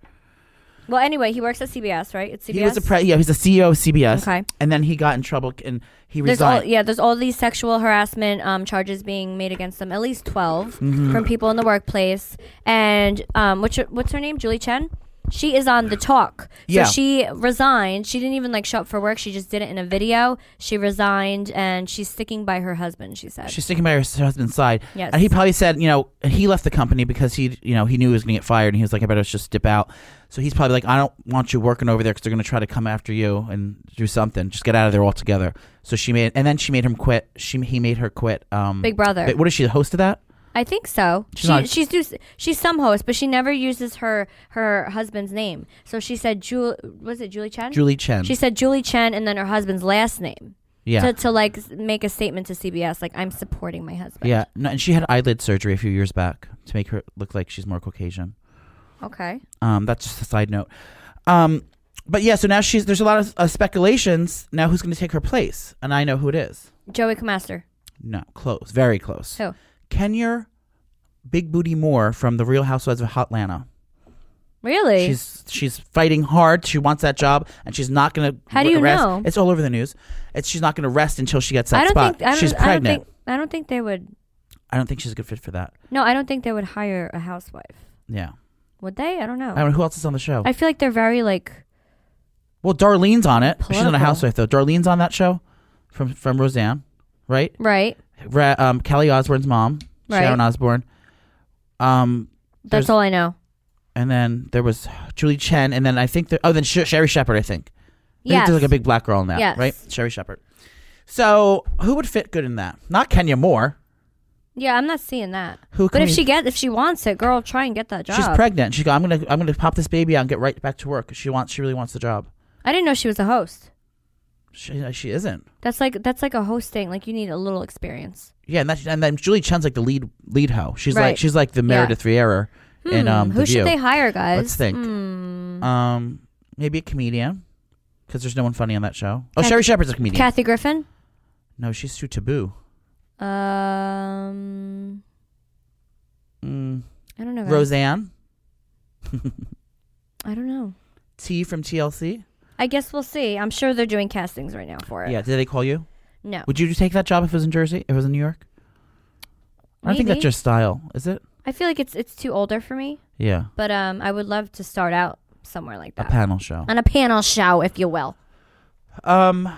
Speaker 1: Well, anyway, he works at CBS, right? It's CBS.
Speaker 2: He was a pre- yeah, he's a CEO of CBS.
Speaker 1: Okay.
Speaker 2: and then he got in trouble and he
Speaker 1: There's
Speaker 2: resigned.
Speaker 1: all yeah. There's all these sexual harassment um, charges being made against them, at least 12
Speaker 2: Mm-hmm.
Speaker 1: from people in the workplace. And um, which what's her name? Julie Chen. She is on the talk. So
Speaker 2: Yeah.
Speaker 1: she resigned. She didn't even like show up for work. She just did it in a video. She resigned, and she's sticking by her husband. She said.
Speaker 2: She's sticking by her s- husband's side.
Speaker 1: Yes.
Speaker 2: And he probably said, you know, and he left the company because he, you know, he knew he was going to get fired and he was like, I better just dip out. So he's probably like, I don't want you working over there because they're going to try to come after you and do something. Just get out of there altogether. So she made, and then she made him quit. She He made her quit. Um,
Speaker 1: Big Brother. Mm-hmm.
Speaker 2: but What is she, the host of that?
Speaker 1: I think so.
Speaker 2: She's
Speaker 1: She's
Speaker 2: not-
Speaker 1: she, she's do, she's some host, but she never uses her her husband's name. So she said Julie was it Julie Chen?
Speaker 2: Julie Chen.
Speaker 1: She said Julie Chen and then her husband's last name
Speaker 2: yeah.
Speaker 1: to to like s- make a statement to CBS like I'm supporting my husband.
Speaker 2: yeah. No, and she had eyelid surgery a few years back to make her look like she's more Caucasian.
Speaker 1: Okay.
Speaker 2: Um, that's just a side note. Um, but yeah, so now she's, there's a lot of uh, speculations now who's going to take her place. And I know who it is.
Speaker 1: Joey Camaster.
Speaker 2: No, close. Very close.
Speaker 1: Who?
Speaker 2: Kenya Big Booty Moore from The Real Housewives of Hotlanta.
Speaker 1: Really?
Speaker 2: She's she's fighting hard. She wants that job, and she's not going to.
Speaker 1: How do you
Speaker 2: rest.
Speaker 1: know?
Speaker 2: It's all over the news. It's she's not going to rest until she gets that
Speaker 1: I don't
Speaker 2: spot.
Speaker 1: think I don't,
Speaker 2: she's
Speaker 1: I don't
Speaker 2: pregnant.
Speaker 1: think I don't think they would
Speaker 2: she's a good fit for that.
Speaker 1: No, I don't think they would hire a housewife.
Speaker 2: Yeah.
Speaker 1: Would they? I don't know.
Speaker 2: I don't know who else is on the show.
Speaker 1: Oh. I feel like they're very like
Speaker 2: well, Darlene's on it. She's not a
Speaker 1: Political.
Speaker 2: housewife though. Darlene's on that show from from Roseanne, right?
Speaker 1: right.
Speaker 2: Ra- um, Kelly Osbourne's mom,
Speaker 1: Right.
Speaker 2: Sharon Osbourne. Um,
Speaker 1: That's
Speaker 2: There's-
Speaker 1: all I know.
Speaker 2: and then there was Julie Chen, and then I think there, oh, then Sh- Sherry Shepard, I think. I think
Speaker 1: Yes.
Speaker 2: There's like a big black girl in that,
Speaker 1: Yes.
Speaker 2: right? Sherry Shepard. So who would fit good in that? Not Kenya Moore.
Speaker 1: Yeah, I'm not seeing that.
Speaker 2: Who
Speaker 1: But
Speaker 2: can
Speaker 1: if
Speaker 2: we-
Speaker 1: she get if she wants it, girl, try and get that job.
Speaker 2: She's pregnant. She go, I'm gonna I'm gonna pop this baby out and get right back to work. She wants she really wants the job.
Speaker 1: I didn't know she was a host.
Speaker 2: She she isn't.
Speaker 1: That's like that's like a hosting. Like you need a little experience.
Speaker 2: Yeah, and that, and then Julie Chen's like the lead lead hoe. She's like
Speaker 1: Right.
Speaker 2: she's like the Meredith Vieira
Speaker 1: Hmm,
Speaker 2: in um The
Speaker 1: who
Speaker 2: View.
Speaker 1: should they hire, guys?
Speaker 2: Let's think.
Speaker 1: Hmm.
Speaker 2: um, maybe a comedian because there's no one funny on that show. Oh,
Speaker 1: Kathy-
Speaker 2: Sherry Shepard's a comedian.
Speaker 1: Kathy Griffin.
Speaker 2: no, she's too taboo.
Speaker 1: Um,
Speaker 2: Mm.
Speaker 1: I don't know. guys.
Speaker 2: Roseanne.
Speaker 1: I don't know.
Speaker 2: T from TLC.
Speaker 1: I guess we'll see. I'm sure they're doing castings right now for it.
Speaker 2: Yeah, did they call you?
Speaker 1: No.
Speaker 2: Would you take that job if it was in Jersey? If it was in New York? I don't think that's
Speaker 1: Maybe.
Speaker 2: your style, is it?
Speaker 1: I feel like it's it's too older for me,
Speaker 2: Yeah,
Speaker 1: but um, I would love to start out somewhere like
Speaker 2: a
Speaker 1: that.
Speaker 2: panel show.
Speaker 1: on a panel show, if you will.
Speaker 2: Um,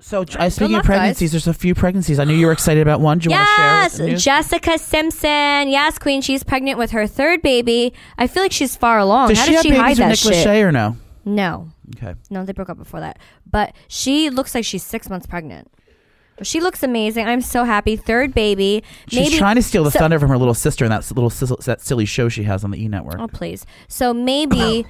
Speaker 2: so uh, speaking
Speaker 1: luck,
Speaker 2: of pregnancies, there's a few pregnancies. I knew you were excited about one. Do you want
Speaker 1: yes,
Speaker 2: to share? Yes,
Speaker 1: Jessica Simpson. Yes, Queen. She's pregnant with her third baby. I feel like she's far along.
Speaker 2: Does
Speaker 1: How
Speaker 2: she
Speaker 1: did
Speaker 2: have
Speaker 1: she
Speaker 2: babies
Speaker 1: hide
Speaker 2: with
Speaker 1: that
Speaker 2: Nick
Speaker 1: shit?
Speaker 2: Lachey or no?
Speaker 1: No,
Speaker 2: Okay.
Speaker 1: no, they broke up before that. But she looks like she's six months pregnant. But she looks amazing. I'm so happy. Third baby.
Speaker 2: She's
Speaker 1: Maybe-
Speaker 2: trying to steal the
Speaker 1: so-
Speaker 2: thunder from her little sister in that s- little sizzle, that silly show she has on the E Network.
Speaker 1: Oh, please. So maybe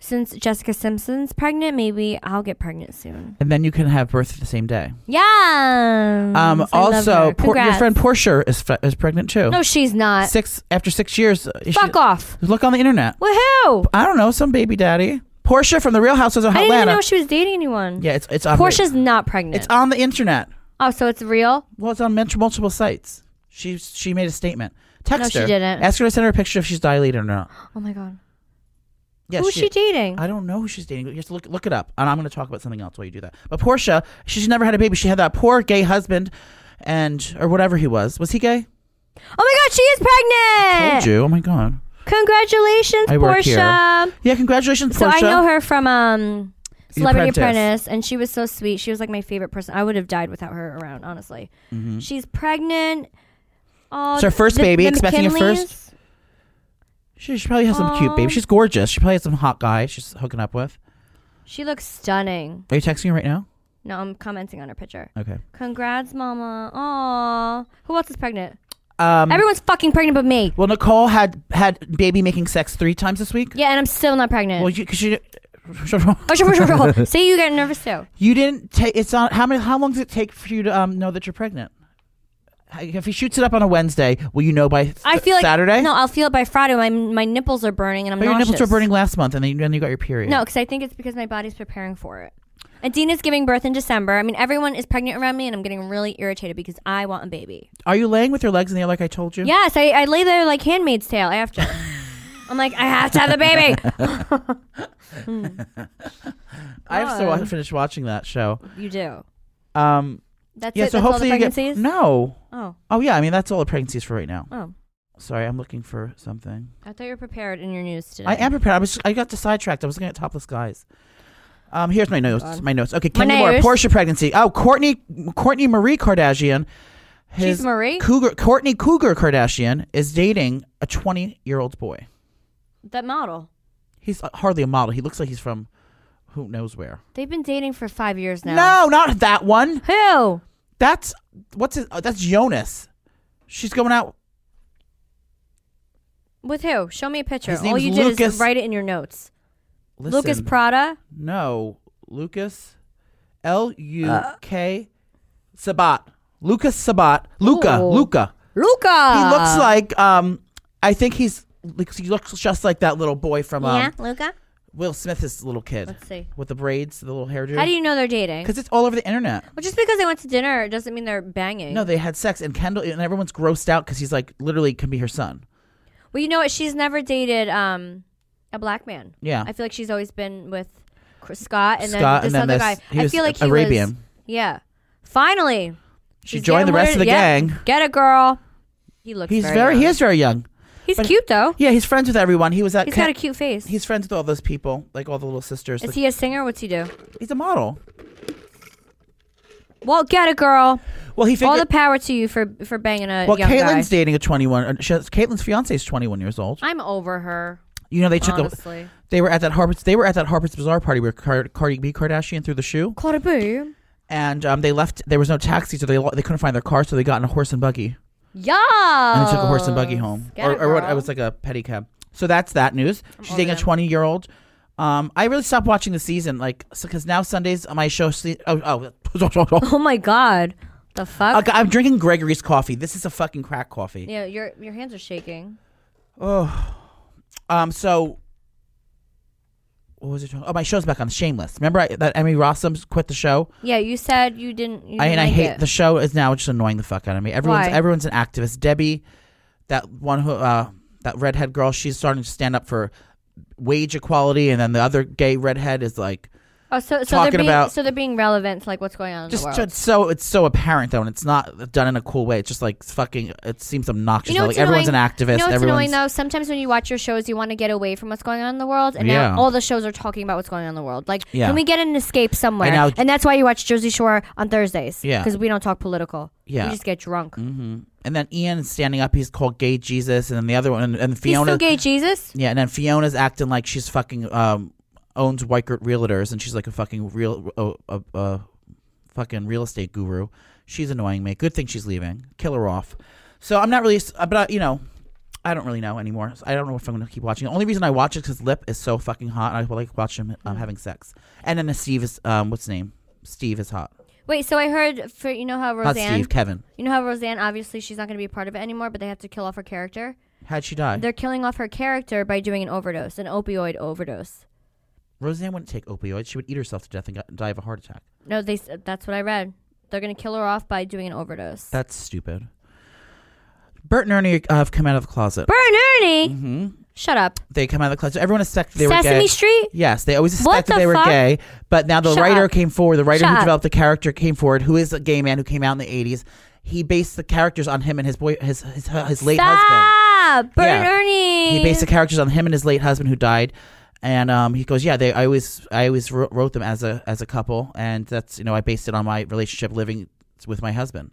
Speaker 1: since Jessica Simpson's pregnant, maybe I'll get pregnant soon.
Speaker 2: And then you can have birth the same day.
Speaker 1: Yeah.
Speaker 2: Um, also, Por- your friend Portia is, fe- is pregnant too.
Speaker 1: No, she's not.
Speaker 2: six after six years. uh, she-
Speaker 1: Fuck off.
Speaker 2: Look on the internet.
Speaker 1: Woohoo!
Speaker 2: I don't know, some baby daddy. Portia from the Real Houses of
Speaker 1: I didn't even
Speaker 2: Atlanta.
Speaker 1: know she was dating anyone.
Speaker 2: yeah, it's it's on
Speaker 1: Portia's not pregnant.
Speaker 2: It's on the internet.
Speaker 1: oh, so it's real?
Speaker 2: Well, it's on men- multiple sites. She she made a statement. Text
Speaker 1: No, she
Speaker 2: her.
Speaker 1: didn't.
Speaker 2: Ask her to send her a picture if she's dilated or not.
Speaker 1: Oh my god.
Speaker 2: Yes,
Speaker 1: Who's she, dating?
Speaker 2: I don't know who she's dating. You have to look look it up, and I'm going to talk about something else while you do that. But Portia, she's never had a baby. She had that poor gay husband, and or whatever he was. Was he gay?
Speaker 1: oh my god, she is pregnant.
Speaker 2: Told you. Oh my god.
Speaker 1: Congratulations,
Speaker 2: I work
Speaker 1: Portia.
Speaker 2: here. Yeah, congratulations,
Speaker 1: So
Speaker 2: Portia.
Speaker 1: I know her from um
Speaker 2: The
Speaker 1: Celebrity Apprentice.
Speaker 2: Apprentice.
Speaker 1: and she was so sweet. She was like my favorite person. I would have died without her around, honestly. She's pregnant. Oh,
Speaker 2: Mm-hmm. It's her first
Speaker 1: the-
Speaker 2: baby,
Speaker 1: the
Speaker 2: expecting a first?
Speaker 1: McKinleys?
Speaker 2: She, she probably has some cute baby.
Speaker 1: Aw.
Speaker 2: She's gorgeous. She probably has some hot guy she's hooking up with.
Speaker 1: She looks stunning.
Speaker 2: Are you texting her right now?
Speaker 1: No, I'm commenting on her picture.
Speaker 2: Okay.
Speaker 1: Congrats, mama. Aw. Who else is pregnant?
Speaker 2: Um,
Speaker 1: Everyone's fucking pregnant but me.
Speaker 2: well, Nicole had had baby making sex three times this week.
Speaker 1: Yeah, and I'm still not pregnant.
Speaker 2: Well, you because you
Speaker 1: Oh, sure, sure, sure, sure. See, you get nervous too.
Speaker 2: you didn't take it's on how many how long does it take for you to um know that you're pregnant? How- If he shoots it up on a Wednesday, will you know by th-
Speaker 1: I feel like
Speaker 2: Saturday?
Speaker 1: No, I'll feel it by Friday. My my nipples are burning and I'm
Speaker 2: But your nipples were
Speaker 1: nauseous.
Speaker 2: burning last month, and then you, then you got your period.
Speaker 1: No, because I think it's because my body's preparing for it. And Dina's giving birth in December. I mean, everyone is pregnant around me, and I'm getting really irritated because I want a baby.
Speaker 2: Are you laying with your legs in the air like I told you?
Speaker 1: Yes, I, I lay there like Handmaid's Tale. I have to. I'm like, I have to have the baby.
Speaker 2: I have still
Speaker 1: God.
Speaker 2: wa- finished watching that show.
Speaker 1: you do.
Speaker 2: Um,
Speaker 1: That's
Speaker 2: yeah.
Speaker 1: it.
Speaker 2: so
Speaker 1: That's all the
Speaker 2: hopefully you
Speaker 1: pregnancies.
Speaker 2: get no.
Speaker 1: Oh,
Speaker 2: Oh yeah. I mean that's all the pregnancies for right now.
Speaker 1: oh.
Speaker 2: Sorry, I'm looking for something.
Speaker 1: I thought you were prepared in your news today.
Speaker 2: I am prepared. I was I got sidetracked. I was looking at topless guys. Um, here's my notes.
Speaker 1: God.
Speaker 2: My notes. Okay,
Speaker 1: My
Speaker 2: Kendall Moore,
Speaker 1: notes.
Speaker 2: Portia pregnancy. Oh, Courtney, Courtney Marie Kardashian.
Speaker 1: She's
Speaker 2: his
Speaker 1: Marie.
Speaker 2: Cougar, Courtney Cougar Kardashian is dating a 20 year old boy.
Speaker 1: that model.
Speaker 2: He's uh, hardly a model. He looks like he's from who knows where.
Speaker 1: They've been dating for five years now.
Speaker 2: No, not that one.
Speaker 1: Who?
Speaker 2: That's what's his, oh, that's Jonas. She's going out.
Speaker 1: With who? Show me a picture.
Speaker 2: His
Speaker 1: All
Speaker 2: name's
Speaker 1: you did
Speaker 2: Lucas-
Speaker 1: is write it in your notes.
Speaker 2: Listen,
Speaker 1: Lucas Prada.
Speaker 2: No, Lucas. L U
Speaker 1: Uh.
Speaker 2: K Sabat. Lucas Sabat. Luca.
Speaker 1: Ooh. Ah.
Speaker 2: Luca.
Speaker 1: Luca.
Speaker 2: He looks like um I think he's like, he looks just like that little boy from um,
Speaker 1: yeah, Luca.
Speaker 2: Will Smith's little kid.
Speaker 1: Let's see.
Speaker 2: With the braids, the little hairdo.
Speaker 1: How do you know they're dating?
Speaker 2: Because it's all over the internet.
Speaker 1: Well, just because they went to dinner doesn't mean they're banging.
Speaker 2: No, they had sex, and Kendall and everyone's grossed out because he's like literally can be her son.
Speaker 1: Well, you know what? She's never dated um a black man.
Speaker 2: Yeah.
Speaker 1: I feel like she's always been with Chris- Scott and
Speaker 2: Scott,
Speaker 1: then this
Speaker 2: and
Speaker 1: other
Speaker 2: then
Speaker 1: guy.
Speaker 2: this- he
Speaker 1: I
Speaker 2: was
Speaker 1: feel like he Was,
Speaker 2: Arabian.
Speaker 1: yeah. Finally,
Speaker 2: She
Speaker 1: she's
Speaker 2: joined the
Speaker 1: getting
Speaker 2: rest
Speaker 1: what-
Speaker 2: of the
Speaker 1: yeah,
Speaker 2: gang.
Speaker 1: Get a girl. He looks.
Speaker 2: He's
Speaker 1: very.
Speaker 2: very, he
Speaker 1: young.
Speaker 2: is very young.
Speaker 1: He's
Speaker 2: but-
Speaker 1: cute though.
Speaker 2: Yeah, he's friends with everyone. He was at
Speaker 1: He's
Speaker 2: Ken-
Speaker 1: got a cute face.
Speaker 2: he's friends with all those people, like all the little sisters.
Speaker 1: is
Speaker 2: Like-
Speaker 1: he a singer? What's he do?
Speaker 2: he's a model.
Speaker 1: Well, get a girl.
Speaker 2: Well, he
Speaker 1: All
Speaker 2: figured.
Speaker 1: the power to you for for banging a
Speaker 2: well,
Speaker 1: young
Speaker 2: Caitlin's
Speaker 1: guy.
Speaker 2: dating a twenty-one. or She has, Caitlin's fiance is twenty-one years old.
Speaker 1: I'm over her.
Speaker 2: You know they took. A,
Speaker 1: honestly,
Speaker 2: they were at that Harper's. They were at that Harper's Bazaar party where Car- Cardi B Kardashian threw the shoe,
Speaker 1: Cardi B.
Speaker 2: and um, they left. There was no taxi, so they lo- they couldn't find their car, so they got in a horse and buggy.
Speaker 1: Yeah.
Speaker 2: and they took a horse and buggy home,
Speaker 1: Get
Speaker 2: or,
Speaker 1: it,
Speaker 2: or what?
Speaker 1: Oh, girl.
Speaker 2: It was like a pedicab. So that's that news. She's dating a
Speaker 1: over it.
Speaker 2: twenty year old. Um, I really stopped watching the season, like, because now Sundays on my show. Se- oh, oh,
Speaker 1: Oh my god. The fuck?
Speaker 2: Okay, I'm drinking Gregory's coffee. This is a fucking crack coffee.
Speaker 1: Yeah, your your hands are shaking.
Speaker 2: Oh, um, so what was it? Oh, my show's back on Shameless. Remember I, that Emmy Rossum quit the show?
Speaker 1: Yeah, you said you didn't. You
Speaker 2: I
Speaker 1: didn't
Speaker 2: and I
Speaker 1: like
Speaker 2: hate
Speaker 1: it.
Speaker 2: the show is now just annoying the fuck out of me. Everyone's
Speaker 1: Why?
Speaker 2: everyone's an activist. Debbie, that one who uh, that redhead girl, she's starting to stand up for wage equality, and then the other gay redhead is like
Speaker 1: Oh, so so
Speaker 2: Talking
Speaker 1: they're being,
Speaker 2: about-
Speaker 1: so they're being relevant to like what's going on in
Speaker 2: Just
Speaker 1: the world.
Speaker 2: it's so it's so apparent though, and it's not done in a cool way. It's just like fucking. It seems obnoxious. though. like
Speaker 1: what's
Speaker 2: everyone's
Speaker 1: annoying?
Speaker 2: an activist.
Speaker 1: You know what's
Speaker 2: everyone's
Speaker 1: annoying though? Sometimes when you watch your shows, you want to get away from what's going on in the world, and
Speaker 2: Yeah.
Speaker 1: now all the shows are talking about what's going on in the world. Like,
Speaker 2: Yeah.
Speaker 1: can we get an escape somewhere?
Speaker 2: And
Speaker 1: And,
Speaker 2: now-
Speaker 1: that's why you watch Jersey Shore on Thursdays.
Speaker 2: Yeah.
Speaker 1: because we don't talk political.
Speaker 2: Yeah. Mm-hmm.
Speaker 1: we just get drunk.
Speaker 2: and then Ian is standing up. He's called Gay Jesus, and then the other one, and, and
Speaker 1: He's
Speaker 2: Fiona.
Speaker 1: still gay, Jesus.
Speaker 2: Yeah, and then Fiona's acting like she's fucking um, owns Weichert Realtors, and she's like a fucking real a uh, uh, fucking real estate guru. She's annoying me. Good thing she's leaving. Kill her off. So I'm not really, s- uh, but uh, you know, I don't really know anymore. I don't know if I'm gonna keep watching. The only reason I watch it because Lip is so fucking hot, and I like watch him
Speaker 1: Mm.
Speaker 2: um, having sex. And then the Steve is um, what's his name? Steve is hot.
Speaker 1: Wait, so I heard for you know how
Speaker 2: Not
Speaker 1: Roseanne,
Speaker 2: Steve. Kevin.
Speaker 1: you know how Roseanne, obviously she's not going to be a part of it anymore, but they have to kill off her character.
Speaker 2: How'd she die?
Speaker 1: They're killing off her character by doing an overdose, an opioid overdose.
Speaker 2: Roseanne wouldn't take opioids. She would eat herself to death and got- die of a heart attack.
Speaker 1: No, they. s- That's what I read. They're going to kill her off by doing an overdose.
Speaker 2: That's stupid. Bert and Ernie uh, have come out of the closet.
Speaker 1: Burn Ernie. Shut up.
Speaker 2: they come out of the closet. Everyone suspected Mm-hmm. they were
Speaker 1: Sesame
Speaker 2: gay.
Speaker 1: Street?
Speaker 2: Yes, they always
Speaker 1: What
Speaker 2: suspected
Speaker 1: the
Speaker 2: they were
Speaker 1: fuck?
Speaker 2: gay. But now the
Speaker 1: Shut
Speaker 2: writer
Speaker 1: up.
Speaker 2: came forward. The writer
Speaker 1: Shut
Speaker 2: who
Speaker 1: up.
Speaker 2: developed the character came forward, who is a gay man who came out in the eighties. He based the characters on him and his boy, his his, his late husband.
Speaker 1: Stop. Burn
Speaker 2: Yeah.
Speaker 1: Ernie.
Speaker 2: He based the characters on him and his late husband who died. And um, he goes, yeah, they. I always, I always wr- wrote them as a as a couple, and that's you know I based it on my relationship living with my husband.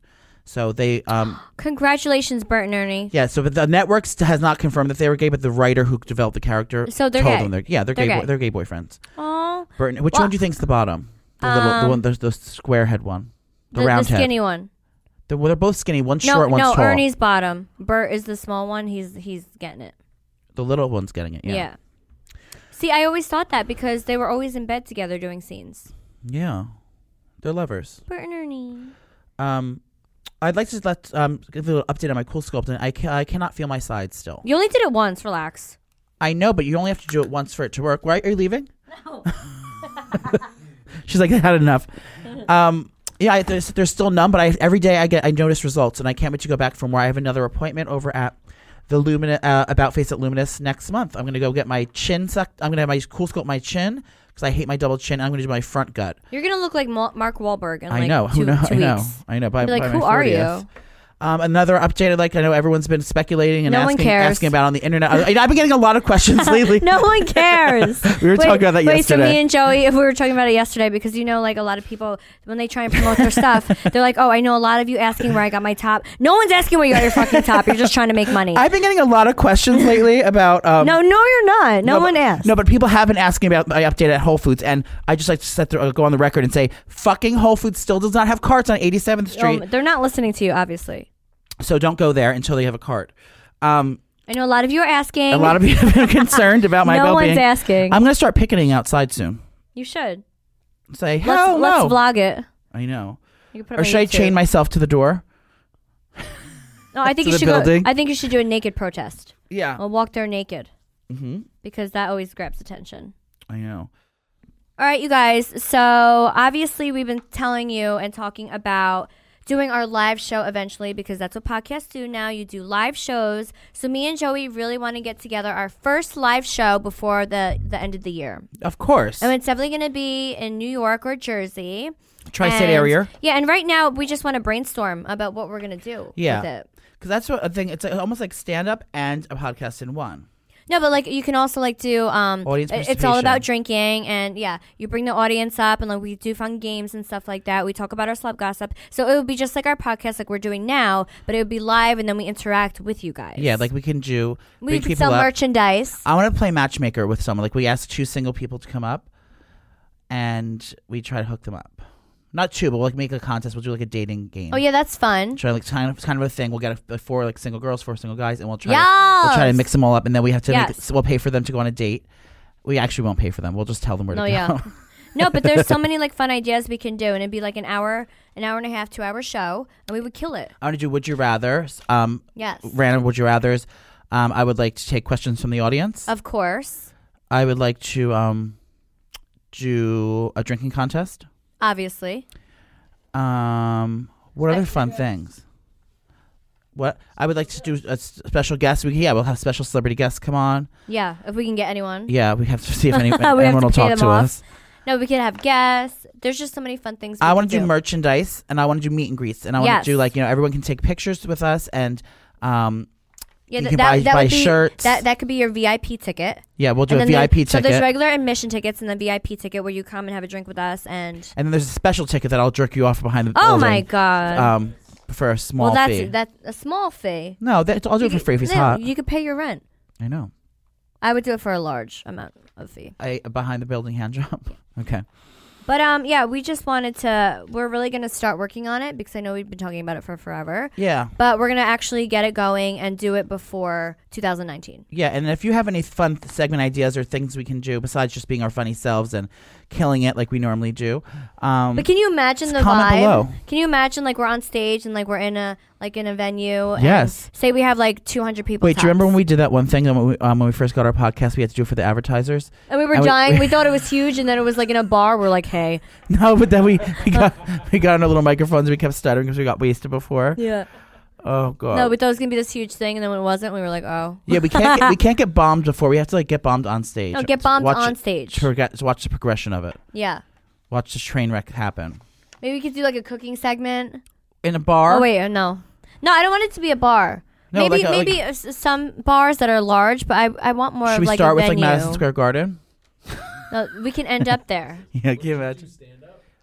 Speaker 2: So they um,
Speaker 1: Congratulations, Burton Ernie.
Speaker 2: Yeah, so but the network st- has not confirmed that they were gay, but the writer who developed the character
Speaker 1: So they're
Speaker 2: told
Speaker 1: gay.
Speaker 2: them they're yeah they're,
Speaker 1: They're
Speaker 2: gay,
Speaker 1: gay.
Speaker 2: Boy, they're gay boyfriends.
Speaker 1: Oh,
Speaker 2: Burton, which
Speaker 1: Well, um,
Speaker 2: one do you think's the bottom? The little the one the, the square head one, the,
Speaker 1: the, the
Speaker 2: round
Speaker 1: skinny
Speaker 2: head.
Speaker 1: one.
Speaker 2: They're, well, they're both skinny. One's
Speaker 1: No,
Speaker 2: short, one's
Speaker 1: no,
Speaker 2: tall.
Speaker 1: Ernie's bottom. Bert is the small one. He's he's getting it.
Speaker 2: the little one's getting it.
Speaker 1: Yeah.
Speaker 2: Yeah.
Speaker 1: See, I always thought that because they were always in bed together doing scenes.
Speaker 2: Yeah. They're lovers.
Speaker 1: Bert and Ernie.
Speaker 2: Um, I'd like to let um give a little update on my cool sculpting. I ca- I cannot feel my sides still.
Speaker 1: You only did it once. Relax.
Speaker 2: I know, but you only have to do it once for it to work. Right? Are you leaving? No. She's like, I had enough. Um, yeah, I, they're, they're still numb, but I, every day I get I notice results, and I can't wait to go back from where I have another appointment over at the Lumina uh, About Face at Luminous next month. I'm gonna go get my chin sucked. I'm gonna have my cool sculpt my chin because I hate my double chin. I'm gonna do my front gut.
Speaker 1: You're gonna look like Ma- Mark Wahlberg in like
Speaker 2: I know.
Speaker 1: Oh two,
Speaker 2: who knows?
Speaker 1: two
Speaker 2: I know.
Speaker 1: weeks.
Speaker 2: I know. By,
Speaker 1: Be like,
Speaker 2: by my
Speaker 1: who are
Speaker 2: 40th.
Speaker 1: you?
Speaker 2: Um, another updated, like I know everyone's been speculating and
Speaker 1: No one
Speaker 2: asking,
Speaker 1: cares.
Speaker 2: asking about on the internet. I, I've been getting a lot of questions lately.
Speaker 1: No one cares.
Speaker 2: We were talking about that
Speaker 1: wait, so
Speaker 2: yesterday.
Speaker 1: me and Joey, we were talking about it yesterday because you know, like a lot of people, when they try and promote their stuff, they're like, "Oh, I know a lot of you asking where I got my top." No one's asking where you got your fucking top. You're just trying to make money.
Speaker 2: I've been getting a lot of questions lately about. Um,
Speaker 1: no, no, you're not. No,
Speaker 2: but-
Speaker 1: one asked.
Speaker 2: No, but people have been asking about my update at Whole Foods, and I just like to set the, uh, go on the record and say, fucking Whole Foods still does not have carts on 87th Street,
Speaker 1: Um, they're not listening to you, obviously.
Speaker 2: so don't go there until they have a cart. Um,
Speaker 1: I know a lot of you are asking.
Speaker 2: a lot of people have been concerned about my
Speaker 1: No
Speaker 2: well-being.
Speaker 1: one's asking.
Speaker 2: I'm going to start picketing outside soon.
Speaker 1: you should.
Speaker 2: Say
Speaker 1: Let's,
Speaker 2: hell
Speaker 1: let's
Speaker 2: no.
Speaker 1: vlog it.
Speaker 2: I know.
Speaker 1: You can put it
Speaker 2: Or
Speaker 1: on
Speaker 2: should I
Speaker 1: YouTube.
Speaker 2: chain myself to the door?
Speaker 1: No, I think
Speaker 2: to
Speaker 1: you
Speaker 2: the
Speaker 1: should. Go,
Speaker 2: building?
Speaker 1: I think you should do a naked protest.
Speaker 2: Yeah.
Speaker 1: I'll walk there naked
Speaker 2: hmm
Speaker 1: because that always grabs attention.
Speaker 2: I know.
Speaker 1: All right, you guys. So obviously, we've been telling you and talking about doing our live show eventually because that's what podcasts do now. You do live shows. So me and Joey really want to get together our first live show before the the end of the year,
Speaker 2: Of course.
Speaker 1: and it's definitely going to be in New York or Jersey.
Speaker 2: Tri-state
Speaker 1: And-
Speaker 2: area.
Speaker 1: Yeah, and right now we just want to brainstorm about what we're going to do.
Speaker 2: Yeah.
Speaker 1: With it.
Speaker 2: Because that's what a thing. It's uh, almost like stand up and a podcast in one.
Speaker 1: No, but like you can also like do um
Speaker 2: Audience
Speaker 1: it- it's all about
Speaker 2: participation.
Speaker 1: drinking and yeah, you bring the audience up and like we do fun games and stuff like that. We talk about our slub gossip. So it would be just like our podcast like we're doing now, but it would be live and then we interact with you guys.
Speaker 2: Yeah, like we can do.
Speaker 1: we
Speaker 2: bring
Speaker 1: could
Speaker 2: people
Speaker 1: sell
Speaker 2: up.
Speaker 1: merchandise.
Speaker 2: I want to play matchmaker with someone. Like we ask two single people to come up, and we try to hook them up. Not two, but we'll, like make a contest. We'll do like a dating game.
Speaker 1: oh yeah, that's fun.
Speaker 2: Try like kind of kind of a thing. We'll get a, four like single girls, four single guys, and we'll try. To,
Speaker 1: Yes!
Speaker 2: we'll try to mix them all up, and then we have to. Make,
Speaker 1: Yes.
Speaker 2: so we'll pay for them to go on a date. We actually won't pay for them. We'll just tell them where
Speaker 1: No,
Speaker 2: to go.
Speaker 1: yeah. no, but there's so many like fun ideas we can do and it'd be like an hour, an hour and a half, 2 hour show and we would kill it.
Speaker 2: I want to do would you rather. Um,
Speaker 1: Yes.
Speaker 2: random would you rather's. Um, I would like to take questions from the audience.
Speaker 1: Of course.
Speaker 2: I would like to um, do a drinking contest.
Speaker 1: Obviously.
Speaker 2: Um, what other fun things? What I would like to do a s- special guest. We yeah, we'll have special celebrity guests come on.
Speaker 1: Yeah, if we can get anyone.
Speaker 2: Yeah, we have to see if any,
Speaker 1: We have
Speaker 2: anyone
Speaker 1: to
Speaker 2: will
Speaker 1: pay
Speaker 2: talk
Speaker 1: them
Speaker 2: to
Speaker 1: off.
Speaker 2: us.
Speaker 1: No, we could have guests. There's just so many fun things.
Speaker 2: I
Speaker 1: want to
Speaker 2: do merchandise, and I want to do meet and greets, and I want
Speaker 1: Yes.
Speaker 2: to do like you know everyone can take pictures with us, and um,
Speaker 1: Yeah, th-
Speaker 2: You can buy- buy
Speaker 1: would be,
Speaker 2: shirts.
Speaker 1: That that could be your VIP ticket.
Speaker 2: yeah, we'll do a
Speaker 1: And then
Speaker 2: VIP
Speaker 1: there-
Speaker 2: ticket,
Speaker 1: So there's regular admission tickets and the VIP ticket where you come and have a drink with us and
Speaker 2: and then there's a special ticket that I'll jerk you off behind the.
Speaker 1: Oh my
Speaker 2: building,
Speaker 1: god.
Speaker 2: Um, for a uh, small
Speaker 1: well, that's
Speaker 2: fee.
Speaker 1: that's a small fee.
Speaker 2: no, that, I'll do it for
Speaker 1: You
Speaker 2: free if
Speaker 1: could-
Speaker 2: he's
Speaker 1: no,
Speaker 2: hot.
Speaker 1: You could pay your rent.
Speaker 2: I know.
Speaker 1: I would do it for a large amount of fee.
Speaker 2: I a behind the building hand job. Okay.
Speaker 1: But um, yeah, we just wanted to. We're really gonna start working on it because I know we've been talking about it for forever.
Speaker 2: Yeah.
Speaker 1: But we're gonna actually get it going and do it before 2019.
Speaker 2: Yeah, and if you have any fun th- segment ideas or things we can do besides just being our funny selves and killing it like we normally do, um,
Speaker 1: But can you imagine the
Speaker 2: Just comment
Speaker 1: vibe?
Speaker 2: below.
Speaker 1: Can you imagine like we're on stage and like we're in a like in a venue? and
Speaker 2: Yes.
Speaker 1: say we have like 200 people.
Speaker 2: wait, do you remember
Speaker 1: tops.
Speaker 2: when we did that one thing when we, um, when we first got our podcast? We had to do it for the advertisers.
Speaker 1: And we were
Speaker 2: and we-
Speaker 1: dying. We, thought it was huge, and then it was like in a bar. We're like, hey,
Speaker 2: No, but then we, we got we got on our little microphones. We kept stuttering because we got wasted before.
Speaker 1: yeah.
Speaker 2: Oh god.
Speaker 1: No, we thought it was gonna be this huge thing, and then when it wasn't, we were like, oh.
Speaker 2: yeah, we can't get, we can't get bombed before. We have to like get bombed on stage.
Speaker 1: No, get
Speaker 2: So
Speaker 1: bombed
Speaker 2: watch
Speaker 1: on
Speaker 2: it-
Speaker 1: stage.
Speaker 2: to reg- to watch the progression of it.
Speaker 1: Yeah.
Speaker 2: Watch this train wreck happen
Speaker 1: Maybe we could do like a cooking segment.
Speaker 2: in a bar.
Speaker 1: Oh wait, uh, no, no, I don't want it to be a bar.
Speaker 2: No,
Speaker 1: maybe
Speaker 2: like a-
Speaker 1: maybe uh, s- some bars that are large, but I, I want more
Speaker 2: Should
Speaker 1: of
Speaker 2: we
Speaker 1: like
Speaker 2: start
Speaker 1: a
Speaker 2: with
Speaker 1: venue.
Speaker 2: like Madison Square Garden?
Speaker 1: No, we can end up there.
Speaker 2: Yeah, can you imagine?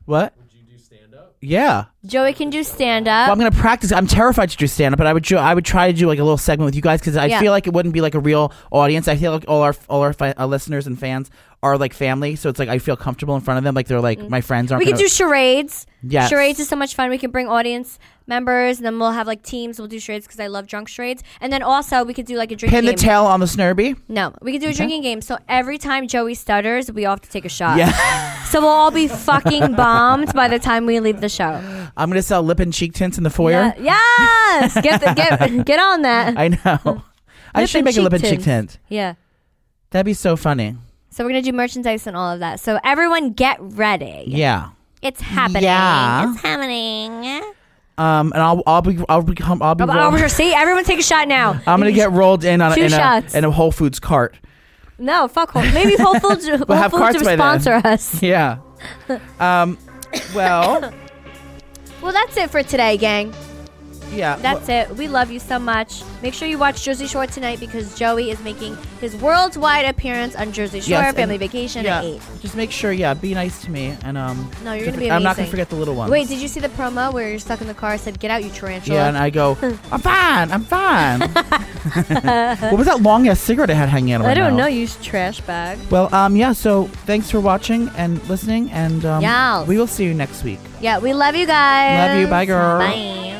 Speaker 2: What? Would you do stand up? Yeah.
Speaker 1: Joey can do stand
Speaker 2: Well,
Speaker 1: up.
Speaker 2: I'm gonna practice. I'm terrified to do stand up, but I would do, I would try to do like a little segment with you guys because I
Speaker 1: Yeah.
Speaker 2: feel like it wouldn't be like a real audience. I feel like all our all our, fi- our listeners and fans are like family, so it's like I feel comfortable in front of them. Like they're like my friends aren't.
Speaker 1: Mm. We can
Speaker 2: gonna-
Speaker 1: do charades.
Speaker 2: Yes.
Speaker 1: Charades is so much fun. We can bring audience members, and then we'll have like teams. We'll do charades because I love drunk charades. And then also we could do like a drinking
Speaker 2: pin the
Speaker 1: game.
Speaker 2: tail on the snurby.
Speaker 1: no, we could do a drinking game. So every time Joey stutters, we all have to take a shot.
Speaker 2: Yeah,
Speaker 1: So we'll all be fucking bombed by the time we leave the show.
Speaker 2: I'm gonna sell lip and cheek tints in the foyer.
Speaker 1: Yeah. Yes. Get the, get get on that.
Speaker 2: I know.
Speaker 1: Mm.
Speaker 2: I
Speaker 1: Lip
Speaker 2: should
Speaker 1: and
Speaker 2: make a
Speaker 1: cheek
Speaker 2: lip and cheek
Speaker 1: tints.
Speaker 2: tint.
Speaker 1: yeah.
Speaker 2: That'd be so funny.
Speaker 1: So we're gonna do merchandise and all of that. So everyone, get ready.
Speaker 2: Yeah.
Speaker 1: It's happening.
Speaker 2: Yeah.
Speaker 1: It's happening.
Speaker 2: Um, and I'll I'll be I'll become I'll be.
Speaker 1: Oh,
Speaker 2: rolled-
Speaker 1: oh, see, everyone take a shot now.
Speaker 2: I'm gonna get rolled in on a,
Speaker 1: Two
Speaker 2: in, a,
Speaker 1: shots.
Speaker 2: in a Whole Foods cart.
Speaker 1: no fuck. Whole, maybe Whole Foods, Whole
Speaker 2: We'll have
Speaker 1: Foods
Speaker 2: carts
Speaker 1: will
Speaker 2: by then.
Speaker 1: sponsor us.
Speaker 2: Yeah. Um. Well.
Speaker 1: Well, that's it for today, gang.
Speaker 2: Yeah.
Speaker 1: That's it. We love you so much. Make sure you watch Jersey Shore tonight because Joey is making his worldwide appearance on Jersey Shore
Speaker 2: Yes, and-
Speaker 1: Family Vacation at eight.
Speaker 2: Just make sure, yeah, be nice to me, and um.
Speaker 1: No, you're
Speaker 2: don't
Speaker 1: gonna
Speaker 2: for-
Speaker 1: be
Speaker 2: I'm not
Speaker 1: amazing.
Speaker 2: gonna forget the little ones.
Speaker 1: Wait, did you see the promo where you're stuck in the car? Said, "Get out, you tarantula."
Speaker 2: Yeah, and I go, I'm fine, I'm fine. what was that long ass cigarette I had hanging out? of my
Speaker 1: I don't
Speaker 2: mouth?
Speaker 1: know. You trash bag.
Speaker 2: Well, um, yeah. So thanks for watching and listening, and um,
Speaker 1: Yes.
Speaker 2: we will see you next week.
Speaker 1: Yeah, we love you guys.
Speaker 2: Love you. Bye, girl.
Speaker 1: Bye.